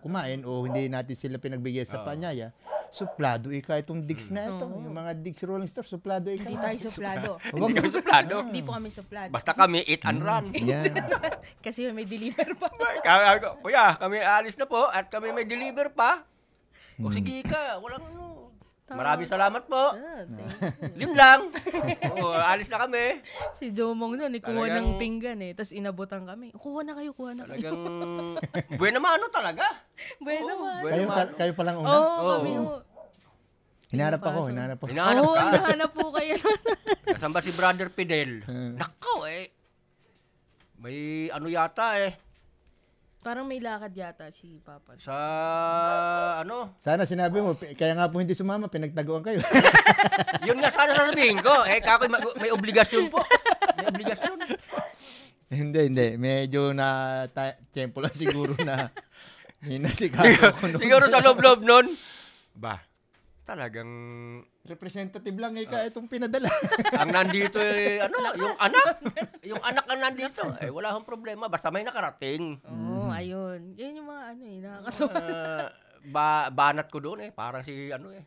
kumain o hindi natin sila pinagbigay sa panyaya, suplado eh, ika itong digs na ito. Yung mga digs rolling stuff, suplado eh. ika. Hmm. Hindi tayo suplado. Hindi kami suplado. Hindi po kami Ah. suplado. Basta kami eat Mm. and run. Yan. Kasi may deliver pa. Kaya ko, kuya, kami alis na po at kami may deliver pa. O sige ka, walang ano. Maraming salamat po. Ah, thank Yun lang. Oo, alis na kami. Si Jomong nun, eh, kumuha ng Talagang- pinggan eh. Tapos inabutan kami. Kuha na kayo, kuha na kayo. Talagang buena mano talaga. Buwan Oo, naman. buena kayo, mano. pa- kayo palang Oo, una. oh, Oo. kami ho. Hinarap ako, hinarap ako. Hinahanap Oo, ka. hinahanap po kayo. Nasaan ba si Brother Fidel? Nako eh. May ano yata eh. Parang may lakad yata si Papa. Sa ano? Sana sinabi mo, pi- kaya nga po hindi sumama, pinagtaguan kayo. Yun nga sana sasabihin ko. Eh, kakoy mag- may obligasyon po. May obligasyon. hindi, hindi. Medyo na ta- tiyempo lang siguro na may Siguro- nasikaso ko noon. Siguro sa loob-loob nun. Ba, talagang Representative lang ika Ah. itong pinadala. ang nandito eh, ano, yung anak. Yung anak ang nandito. Eh, wala akong problema. Basta may nakarating. Oo, ayun. Yan yung mga ano eh, nakakatawa. Ah, ba banat ko doon eh. Parang si ano eh.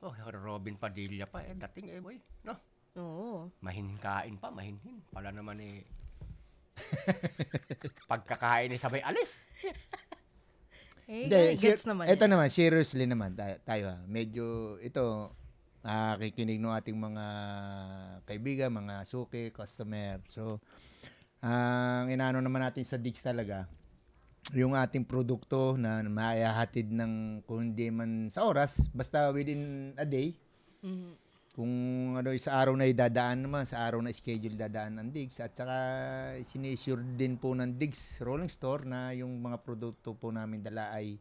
Oh, Robin Padilla pa eh. Dating eh, boy. No? Oo. mahinkain pa, mahinhin. Pala naman eh. Pagkakain eh sabay alis. Eh, Hindi, gets ser- naman Ito yan. naman, seriously naman ta- tayo ha. Medyo ito nakikinig ng ating mga kaibigan, mga suki, customer. So, ang inaano naman natin sa Dix talaga, yung ating produkto na maihahatid ng kundi man sa oras, basta within a day, Mhm. kung ano sa araw na idadaan naman, sa araw na schedule dadaan ng digs at saka sinisure din po ng digs rolling store na yung mga produkto po namin dala ay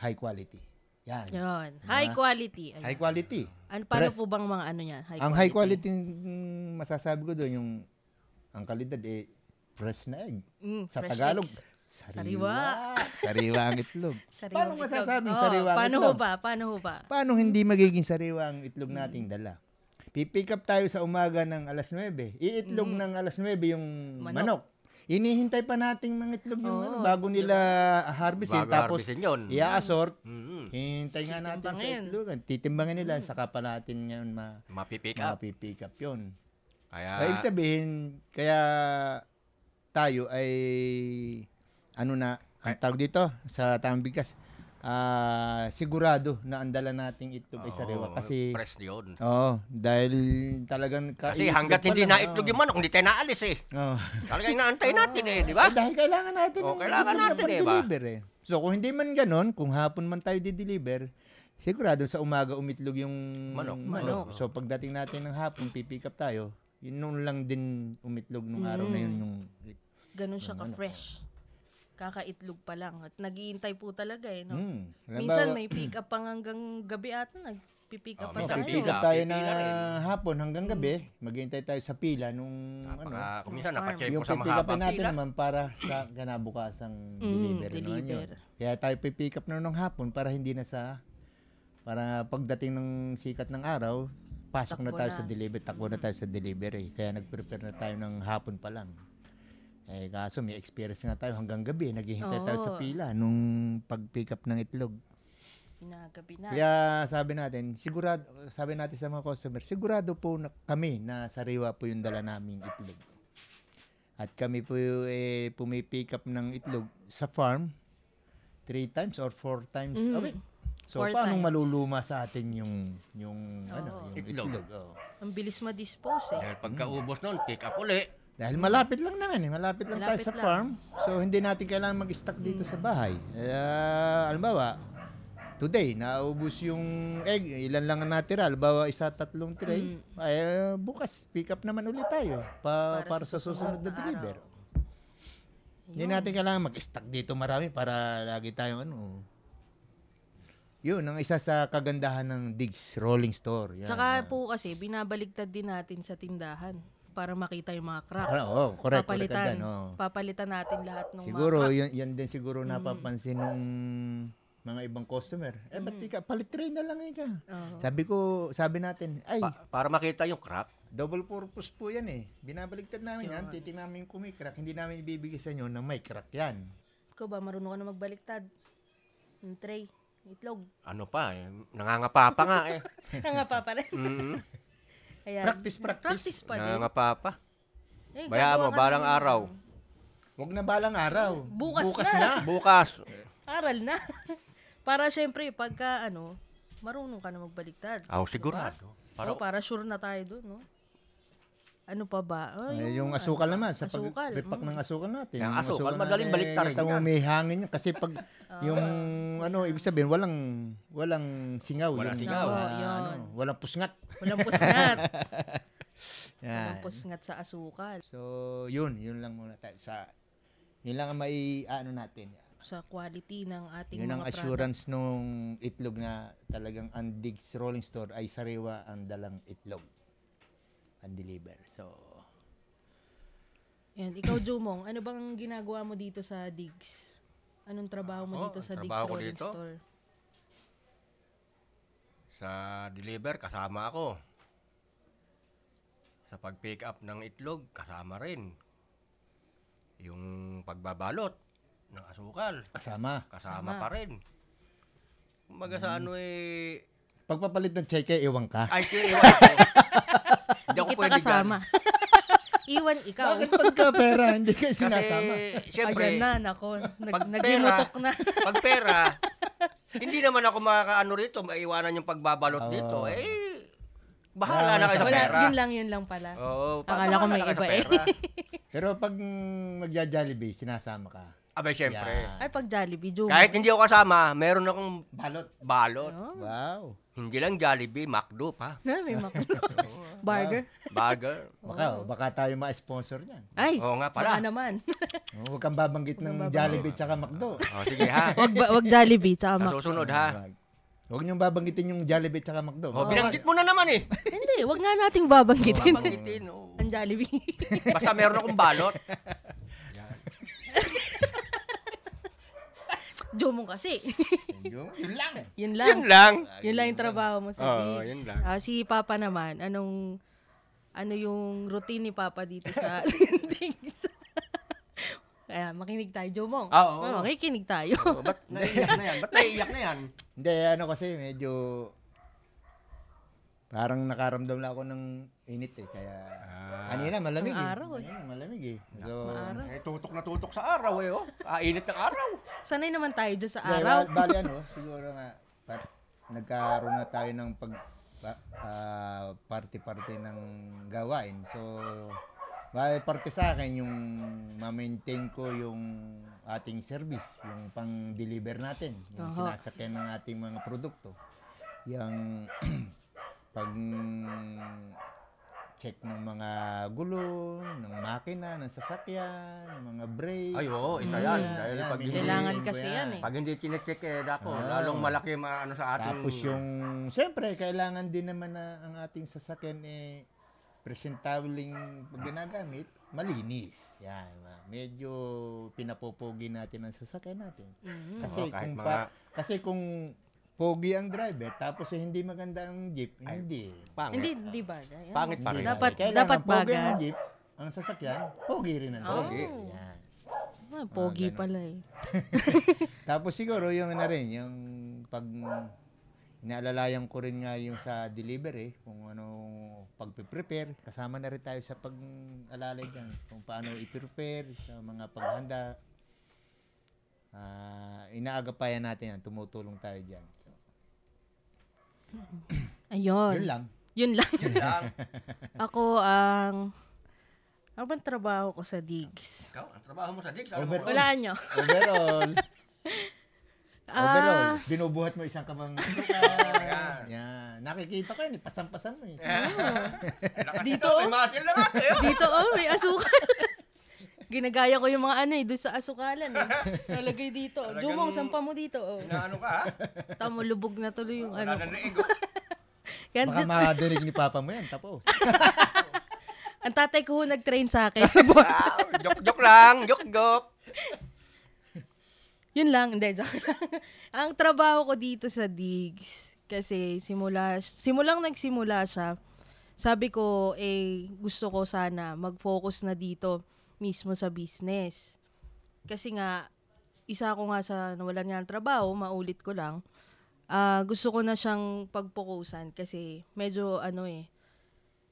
high quality. Yan. Yun. Diba? High quality. Ayun. High quality. Ano, paano Press. po bang mga ano yan? High ang high quality mm, masasabi ko doon yung ang kalidad eh fresh na egg. Mm, sa fresh Tagalog, eggs. sariwa. Sariwa ang itlog. Sariwang paano itlog. masasabing Oo, sariwa ang Paano ho itlog? ba? Paano ho ba? Paano hindi magiging sariwa ang itlog nating dala? Pipick up tayo sa umaga ng alas 9. Iitlog ng alas 9 yung manok. Inihintay pa nating mga itlog yung ano, bago nila harvestin. Bago Tapos harvestin yun. i-assort. Mm. Hinihintay nga natin sa Titimbangin. itlogan. Titimbangin nila. Saka pa natin ngayon ma Mapipick up. mapipick up yun. Kaya Kaya ibig sabihin, kaya tayo ay ano na, ang tawag dito sa tambigkas, ah sigurado na ang dala nating itlog ay sariwa Oo, kasi press yun. Oo, dahil talagang ka- ano, Kasi iitlog hanggat pa hindi lang, na itlog oo. yung manok, hindi tayo naalis eh. Oo. Talaga inaantay natin eh, di ba? Eh, dahil kailangan natin Oo, ng Oh, kailangan itlog na natin, eh, ba? pag-deliver eh. So kung hindi man ganun, kung hapon man tayo di-deliver, sigurado sa umaga umitlog yung Manok. Manok. So pagdating natin ng hapon, pipick up tayo. Yun nun lang din umitlog nung araw na yun Mm. yung Ganun Ano? siya ka-fresh. Kakaitlog pa lang. At naghihintay po talaga eh. No? Mm. Minsan may pick up pang hanggang gabi ata. Nag-pick up Oh, pa minsan tayo. pick Pipila, Pipila, tayo na pipila rin. hapon hanggang Mm. gabi, maghintay tayo sa pila nung ano. Baka kung minsan napacheck mo Yung sa pipick upin mahabang natin pila. naman para sa kanabukasang delivery naman yun. Mm, deliver. Kaya tayo pipick up na nung hapon para hindi na sa para pagdating ng sikat ng araw, pasok na Takbo tayo na. sa delivery, takbo na tayo sa delivery. Kaya nag-prepare na tayo ng hapon pa lang. Eh kaso may experience nga tayo hanggang gabi, naghihintay tayo sa Oo. pila nung pag-pick up ng itlog. na gabi na. Kaya sabi natin, sigurado, sabi natin sa mga customer, sigurado po na, kami na sariwa po yung dala naming itlog. At kami po eh, pumipick up ng itlog sa farm three times or four times a week. So, Mm-hmm. Four paano times. maluluma sa atin yung yung ano, yung Itlog. itlog? oo. Ang bilis ma-dispose eh. Dahil pagkaubos nun, pick up uli. Dahil malapit lang naman eh. Malapit lang Malapit tayo sa lang. Mm. farm. So, hindi natin kailangan mag-stock dito sa bahay. Uh, alimbawa, today, naubos yung egg. Ilan lang ang natira. Alimbawa, isa tatlong tray. Ay, ah, bukas, pick up naman ulit tayo eh, pa, Ah, para, Mm. Para sa sa susunod susunod na na deliver. Hindi natin kailangan mag-stock dito marami para lagi tayong ano. Yun, ang isa sa kagandahan ng Diggs Rolling Store. Yan. Tsaka po kasi, binabaligtad din natin sa tindahan para makita yung mga crack. Ah, oo, correct, correct ka papalitan, dyan, oh. oo. papalitan natin lahat ng Siguro, mga Mm. crack. yan, yan din siguro napapansin nung mga ibang customer. Eh, ba't di ka, palit tray na lang eh ka. Mm. Oo. Sabi ko, sabi natin, ay, Pa- para makita yung crack. double purpose po yan eh. Binabaligtad namin yan, titignan namin kung may crack. Hindi namin ibibigay sa inyo na may crack yan. Ikaw ba, marunong ka na magbaliktad? Ng tray, itlog. Ano pa eh, nangangapa pa nga eh. Nangapa pa rin. Mm, Ayan. Practice, practice. Practice pa din. nangangapa pa. Eh, Bayaan mo, gagawa ka barang ng- araw. Huwag na balang araw. Bukas na. Bukas. Aral na. para syempre, pagka ano, marunong ka na magbaliktad. Aw, sigurado. Para, Oh, Para, para sure na tayo dun, no? Ano pa ba? Ah, Ay, Eh, yung asukal naman, sa Asukal, pag-repack ng asukal natin. Yung asukal, madaling baliktarin natin. Tama yan. may hangin yan. Kasi pag Ah. yung ano, ibig sabihin, walang walang singaw. Walang yung, singaw. ah, Oo, yun. ano, walang pusngat. Walang pusngat. Walang Yan. pusngat sa asukal. So, yun. Yun lang muna tayo. Sa, yun lang ang may ano natin. Sa quality ng ating Yun ang mga assurance nung itlog na talagang ang Diggs Rolling Store ay sariwa ang dalang itlog. Ang deliver. So, product. Yan. Ikaw, Jumong, ano bang ginagawa mo dito sa Digs? Anong trabaho mo Ako, dito sa ang Digs Oh, trabaho ko Rolling dito? Store? sa deliver, kasama ako. Sa pag-pick up ng itlog, kasama rin. Yung pagbabalot ng asukal, kasama. kasama pa rin. Kumbaga Mm-hmm. sa ano eh, Pagpapalit ng cheque, iwan ka. ay, sige, iwan ko. Hindi Hindi ako kita pwede kasama. Iwan ikaw. Bakit pagka pera, hindi ka dyan. Kasi, sinasama? siyempre, Ayan na, nako. Nag, pag naginutok pera- na. pag pera, hindi naman ako makakaano rito, maiwanan yung pagbabalot Oo. dito. Eh, bahala na kayo sa Wala, pera. yun lang, yun lang pala. Oo, pa- Akala ko bahala may na kayo sa iba eh. pera. Pero pag mm, magja-Jollibee, sinasama ka. Abay, siyempre. Yeah. Ay, pag Jollibee, Jumong. Oh. Kahit hindi ako kasama, meron akong Balot. balot. Oh, Wow. Hindi lang Jollibee, McDo pa. na, may makulo. Burger. Burger. Baka, baka tayo ma-sponsor niyan. Ay, Oo nga pala. baka naman. Oh, Huwag kang babanggit ng Jollibee tsaka McDo. Oh, sige ha. wag, ba, wag Jollibee, tsaka Sa Mac. susunod ha. Wag. Huwag niyong babanggitin yung Jollibee tsaka McDo. Oh, binanggit mo na naman eh. Hindi, wag nga nating babanggitin. Banggitin. oo. Ang Jollibee. Basta meron akong balot. Jomong kasi. Yun yun lang. yun lang. eh. Yun lang. Yun lang yung trabaho mo sa Oo, Diggs. yun lang. Ah, si Papa naman, anong ano yung routine ni Papa dito sa Diggs? Kaya makinig tayo, Jomong. Ah, oo. Oo, makikinig tayo. Oh, ba't naiiyak na yan? Ba't naiiyak na yan? Hindi, ano kasi medyo parang nakaramdam na ako ng init eh. Kaya ano yun na, malamig Ang eh. araw eh. Ano yun, malamig eh. So, Maaraw. Eh, tutok na tutok sa araw eh, oh. Kainit ng araw. Sanay naman tayo dyan sa Hindi, araw. ba- bali ano, siguro nga, par- nagkaroon na tayo ng pag, pa- ah, parte-parte ng gawain. So, bali parte sa akin yung ma-maintain ko yung ating service, yung pang-deliver natin, yung Oho. sinasakyan ng ating mga produkto. Yung pag check ng mga gulo, ng makina, ng sasakyan, ng mga brakes. Ay, oo, isa Ayan, yan. Dahil ayan, pag hindi, Kailangan maintain ko kasi yan eh. pag hindi chinecheck eh, dako, Ah. lalong malaki yung mga ano sa ating... Tapos yung, siyempre, kailangan din naman na ang ating sasakyan eh, presentabling pag ginagamit, malinis. Yan, ma- medyo pinapopogi natin ang sasakyan natin. Mm. Oo, Mm. Oh, Kasi kahit kung mga- pa, kasi kung pogi ang driver, tapos eh, hindi maganda ang jeep, hindi. Pangit. Hindi, hindi bagay. Ano? Pangit pa Hindi eh, rin. Dapat- dapat pogi baga. ang jeep, ang sasakyan, pogi rin ang Pogi. driver. Yan. Ah, Pogi ganun. pala eh. Tapos siguro yung na rin, yung pag inaalalayan ko rin nga yung sa delivery, kung anong pagpe-prepare, kasama na rin tayo sa pag-alala dyan, kung paano i-prepare, sa mga paghanda. Ah, inaagapayan natin yan, tumutulong tayo dyan. So, Ayun. yun lang. Yun lang. Yun lang. Ako ang... Ano bang trabaho ko sa digs? Ikaw, ang trabaho mo sa dig. Over- Over. Mo, "Oh, Wala nyo. Overall, Ah. overall, binubuhat mo isang kamang Yan. Yan. Nakikita ko yan, eh, pasampasan mo eh. Dito, Dito. May matil na nga. eh. Dito, oh, may asukal. Ginagaya ko yung mga ano eh, doon sa asukalan eh. Nalagay dito. oh. Talagang- Jumong, sampa mo dito. Oh. Inaano ano ka, ha? Tamo, lubog na tuloy yung Wala ano. ko. na liig. oh. Kaya, Baka di- madinig ni Papa mo yan, tapos. ang tatay ko ho nag-train sa akin. Ah, Joke-joke lang. Joke-joke. Yun lang, hindi, joke lang. Ang trabaho ko dito sa Diggs, kasi simula, simulang nagsimula siya, sabi ko, eh, gusto ko sana mag-focus na dito mismo sa business. Kasi nga, isa ko nga sa nawalan nga ng trabaho, maulit ko lang, ah, gusto ko na siyang pagpokusan kasi medyo ano eh,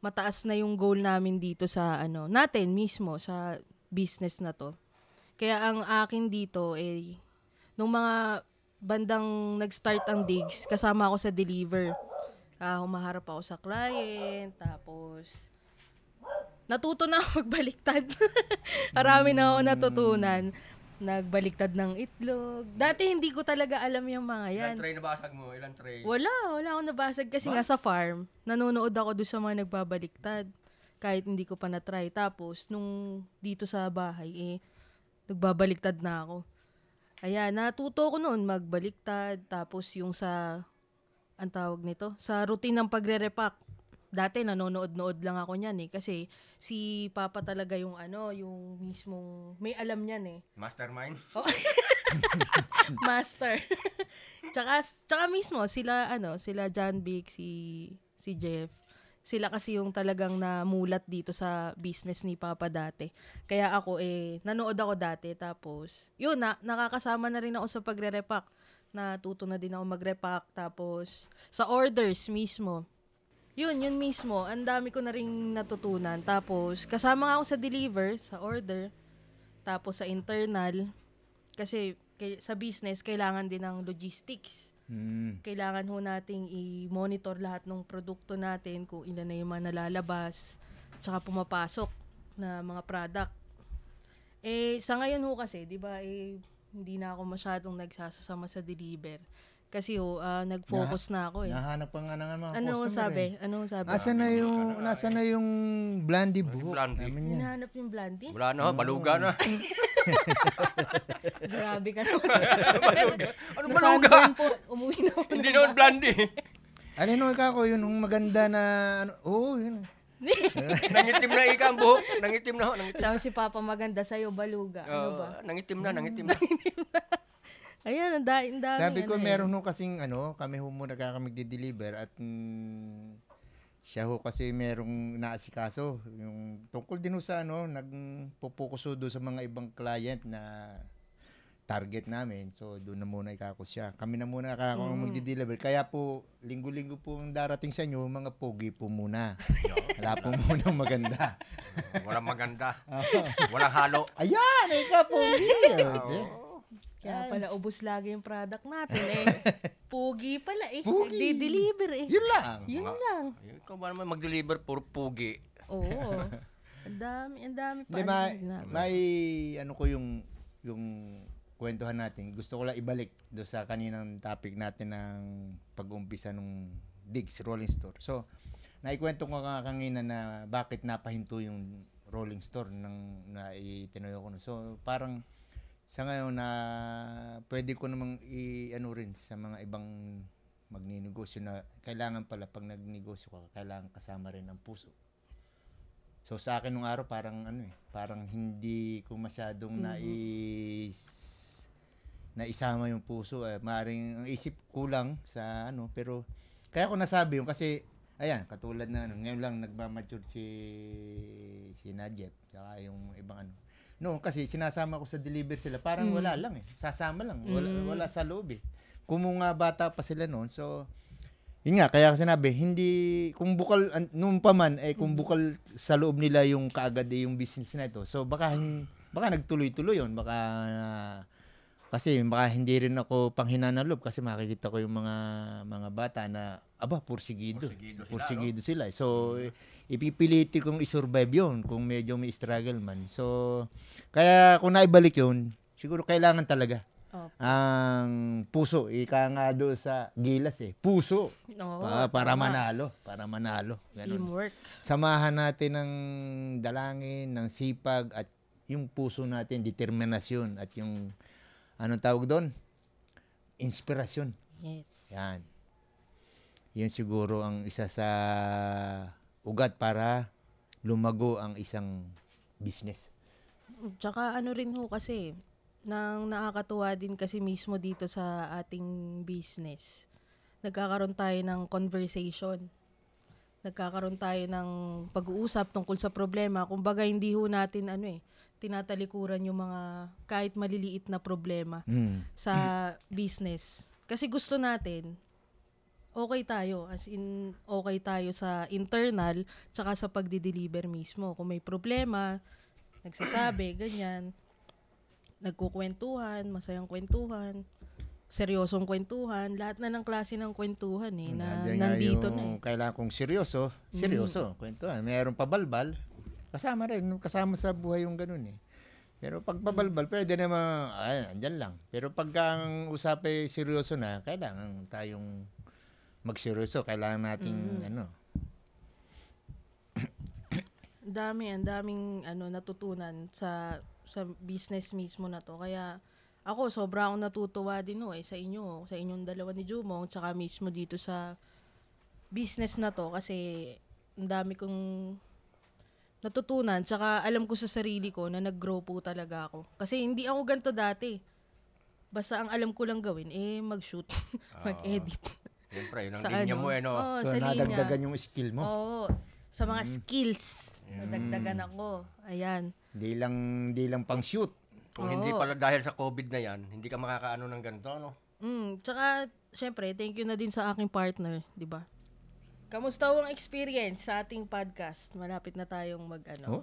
mataas na yung goal namin dito sa ano, natin mismo sa business na to. Kaya ang akin dito eh, nung mga bandang nag-start ang digs, kasama ako sa deliver. Ah, humaharap ako sa client, tapos natuto na ako magbaliktad. Marami na ako natutunan. Nagbaliktad ng itlog. Dati hindi ko talaga alam yung mga yan. Ilan tray nabasag mo? Ilan tray? Wala, wala akong nabasag kasi nga sa farm, nanonood ako doon sa mga nagbabaliktad kahit hindi ko pa na-try. Tapos, nung dito sa bahay, eh, nagbabaliktad na ako. Ayan, natuto ko noon magbaliktad. Tapos, yung sa, ang tawag nito, sa routine ng pagre-repack. Dati, nanonood-nood lang ako niyan eh. Kasi, si Papa talaga yung ano, yung mismong, may alam niyan eh. Mastermind? Master. tsaka, tsaka mismo, sila, ano, sila John Vic, si, si Jeff. Sila kasi yung talagang namulat dito sa business ni Papa dati. Kaya ako, eh, nanood ako dati. Tapos, yun, na, nakakasama na rin ako sa pagre-repack. Natuto na din ako mag-repack. Tapos, sa orders mismo. Yun, yun mismo. Ang dami ko na rin natutunan. Tapos, kasama nga ako sa deliver, sa order. Tapos, sa internal. Kasi, kay- sa business, kailangan din ng logistics. Hmm. Kailangan ho nating i-monitor lahat ng produkto natin, kung ilan na yung mga nalalabas, tsaka pumapasok na mga product. Eh, sa ngayon ho kasi, di ba, eh, hindi na ako masyadong nagsasasama sa deliver. Kasi ho, ah, nag-focus na ako eh. Nahanap pa nga ng mga Ano ang customer eh. sabi? Ano ang sabi? Asan na yung nasa na yung Blandy book? Blandy? Amin yan. Hinahanap yung Blandy? Wala na, baluga na. Grabe ka naman. Ano Nasaan baluga? buwan po? Umuwi na ako. Hindi naman blandi. Alin naman ka ko yun yung maganda na ano, oo yun. nangitim na ika ang buhok. Nangitim na, ho, nangitim. Tapos si Papa maganda sa'yo, baluga. Ano ba? Oo, nangitim na, nangitim na. Ayan, ang dami. dami Sabi ano ko eh. meron nung kasing ano, kami ho muna ka kami deliver at mm, siya ho kasi merong naasikaso yung tungkol din ho sa ano, nagpupukuso do sa mga ibang client na target namin. So doon na muna ikakos siya. Kami na muna kakako mm. magde-deliver. Kaya po linggo-linggo po ang darating sa inyo mga pogi po muna. Wala po muna maganda. Walang maganda. Walang halo. Ayan, ay ka pogi. Oo. Kaya pala, ubos lagi yung product natin eh. Pugi pala eh. Pugi. Nagde-deliver eh. Yun lang. Yun Mga- lang. Ayun, Ikaw ba naman mag-deliver puro pugi? Oo. Ang dami, ang dami pa. Hindi, may, Ano na- may ano ko yung yung kwentuhan natin. Gusto ko lang ibalik do sa kaninang topic natin ng pag-umpisa nung Digs Rolling Store. So, naikwento ko nga kanina na bakit napahinto yung Rolling Store nang na itinoyo ko. nun. So, parang sa ngayon na pwede ko namang i-ano rin sa mga ibang magninegosyo na kailangan pala pag nagnegosyo ka, kailangan kasama rin ang puso. So sa akin nung araw parang ano eh, parang hindi ko masyadong nais naisama yung puso eh. Maaring ang isip kulang sa ano, pero kaya ko nasabi yun kasi ayan, katulad na ano, ngayon lang nagmamature si si Najep, saka yung ibang ano. No, kasi sinasama ko sa deliver sila, parang wala lang eh. Sasama lang, wala, wala sa loob eh. Kung mga bata pa sila noon, so yun nga, kaya sinabi, hindi, kung bukal, an- noon pa man, eh, kung bukal sa loob nila yung kaagad eh, yung business na ito. So, baka, hin- baka nagtuloy-tuloy yun. Baka, ah, kasi baka hindi rin ako panghinanalob kasi makikita ko yung mga mga bata na, aba, pursigido. Pursigido sila, Pursigido sila. So, ipipiliti kong isurvive yun kung medyo may struggle man. So, kaya kung naibalik yun, siguro kailangan talaga Opo. ang puso. Ika nga doon sa gilas eh. Puso. Oo, Pa- Ah, para tama. manalo. Para manalo. Ganun. Teamwork. Samahan natin ng dalangin, ng sipag, at yung puso natin, determinasyon, at yung, anong tawag doon? Inspirasyon. Yes. Yan. Yan siguro ang isa sa ugat para lumago ang isang business. Tsaka ano rin ho kasi, nang nakakatuwa din kasi mismo dito sa ating business, nagkakaroon tayo ng conversation. Nagkakaroon tayo ng pag-uusap tungkol sa problema. Kumbaga hindi ho natin ano eh, tinatalikuran yung mga kahit maliliit na problema Mm. sa business. Kasi gusto natin, okay tayo. As in, okay tayo sa internal, tsaka sa pagdi-deliver mismo. Kung may problema, nagsasabi, ganyan. Nagkukwentuhan, masayang kwentuhan, seryosong kwentuhan, lahat na ng klase ng kwentuhan eh, na Mm, Nandiyan nga nandito yung na eh. Mm. Kailangan kong seryoso. Seryoso. Kwentuhan. Mayroon pabalbal. Kasama rin. Kasama sa buhay yung ganun eh. Pero pag pabalbal, pwede naman, ay, andyan lang. Pero pag ang usapay seryoso na, kailangan tayong magseryoso. Kailangan nating, Mm. ano, Ang dami, ang daming ano, natutunan sa sa business mismo na to. Kaya ako, sobra akong natutuwa din no, eh, sa inyo, sa inyong dalawa ni Jumong, tsaka mismo dito sa business na to kasi ang dami kong natutunan. Tsaka alam ko sa sarili ko na nag-grow po talaga ako. Kasi hindi ako ganito dati. Basta ang alam ko lang gawin, eh, mag-shoot, mag-edit. Siyempre, yun ang Sa Ah. linya ano? mo eh, no? Oo, so sa linya. Oh. nadagdagan yung skill mo. Oo. Sa mga skills, nadagdagan ako. Ayan. Di lang, di lang pang shoot. Kung hindi Oo. pala dahil sa COVID na yan, hindi ka makakaano ng ganito, no? Mm, tsaka, syempre, thank you na din sa aking partner, di ba? Kamusta ang experience sa ating podcast? Malapit na tayong mag, ano? Oh?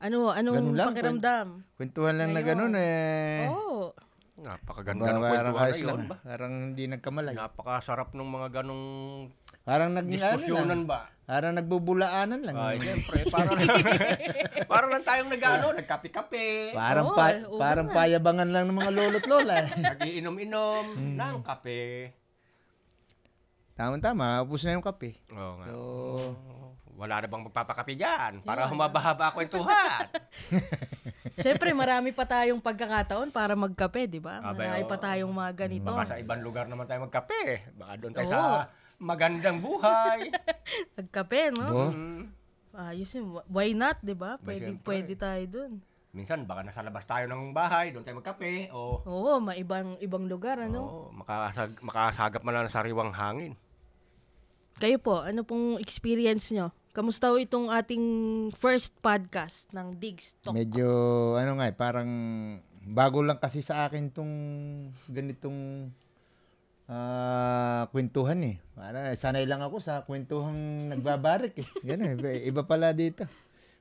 Ano, anong Ganun lang, pakiramdam? Kwentuhan lang na ganun eh. Oo. Napakaganda ng Ba- kwentuhan parang na ayos lang, yun. Ba? ah. Parang hindi nagkamalay. Napakasarap ng mga ganong Parang nag, ano lang, diskusyonan ba? parang nagbubulaanan lang. Ay, siyempre, parang, parang lang tayong nag-ano, nagkape-kape, Oo, Parang pa, eh, oo parang nga. payabangan lang ng mga lolo't lola. eh. nagiinom-inom Hmm. ng kape. Tama tama, ubos na yung kape. Oo nga. So, Wala na bang magpapakape dyan para humabahaba ang kwentuhan? Syempre, marami pa tayong pagkakataon para magkape, di ba? Abay, Marami oo. pa tayong mga ganito. Baka sa ibang lugar naman tayo magkape. Baka doon tayo Oo. sa magandang buhay. Magkape, no? oh, Mm. Ayos yun. Why not, di ba? Pwede, syempre. pwede tayo dun. Minsan, baka nasa labas tayo ng bahay, doon tayo magkape. O, Oo, maibang ibang lugar, ano? oo, makasag, makasagap man lang ng sariwang hangin. Kayo po, ano pong experience nyo? Kamusta ho itong ating first podcast ng Digs Talk? medyo ano nga, eh, parang bago lang kasi sa akin tong ganitong ah kwentuhan eh. Para sanay lang ako sa kwentuhang nagbabarik eh. Yan eh, iba- iba pala dito.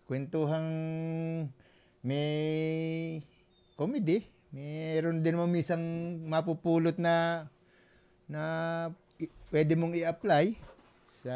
Kwentuhang may comedy. Meron din mo isang mapupulot na na i- pwede mong i-apply sa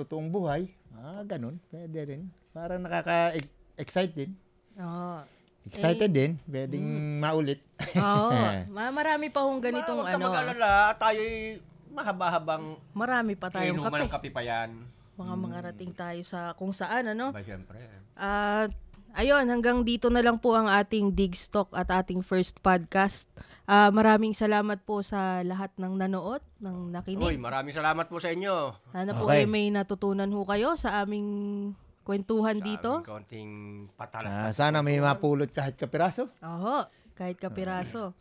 totoong buhay. Ah, ganun. Pwede rin. Parang nakaka-excite din. Oo. Excited din. Pwedeng maulit. Eh. Oo. Ma- marami pa hong ganitong Ma, huwag ka ano. mag-alala, tayo'y mahaba-habang Marami pa Ah, tayong inuman ng kape. kape pa yan. Mga Hmm. mangarating tayo sa kung saan, ano? Ba, siyempre. At ayun, hanggang dito na lang po ang ating Digs Talk at ating first podcast. Ah, maraming salamat po sa lahat ng nanood, ng nakinig. Uy, maraming salamat po sa inyo. Sana po ay Okay. may natutunan ho kayo sa aming kwentuhan dito. Aming konting patala. Ah, sana may mapulot kahit kapiraso. Oo, kahit kapiraso.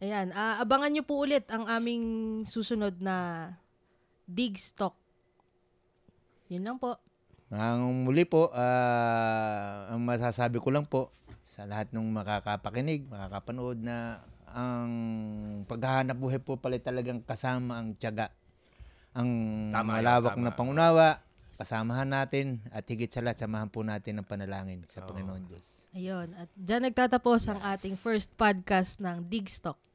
Ayan, ah, abangan nyo po ulit ang aming susunod na Digs Talk. Yun lang po. Ang muli po, ah, ang masasabi ko lang po sa lahat ng makakapakinig, makakapanood na ang paghahanap buhay po pala talagang kasama ang tiyaga. Ang Tama yun, malawak na tama. pangunawa, kasamahan natin at higit sa lahat, samahan po natin ang panalangin sa Oo. Panginoon Diyos. Ayun. At dyan nagtatapos ang ating first podcast ng Digstock.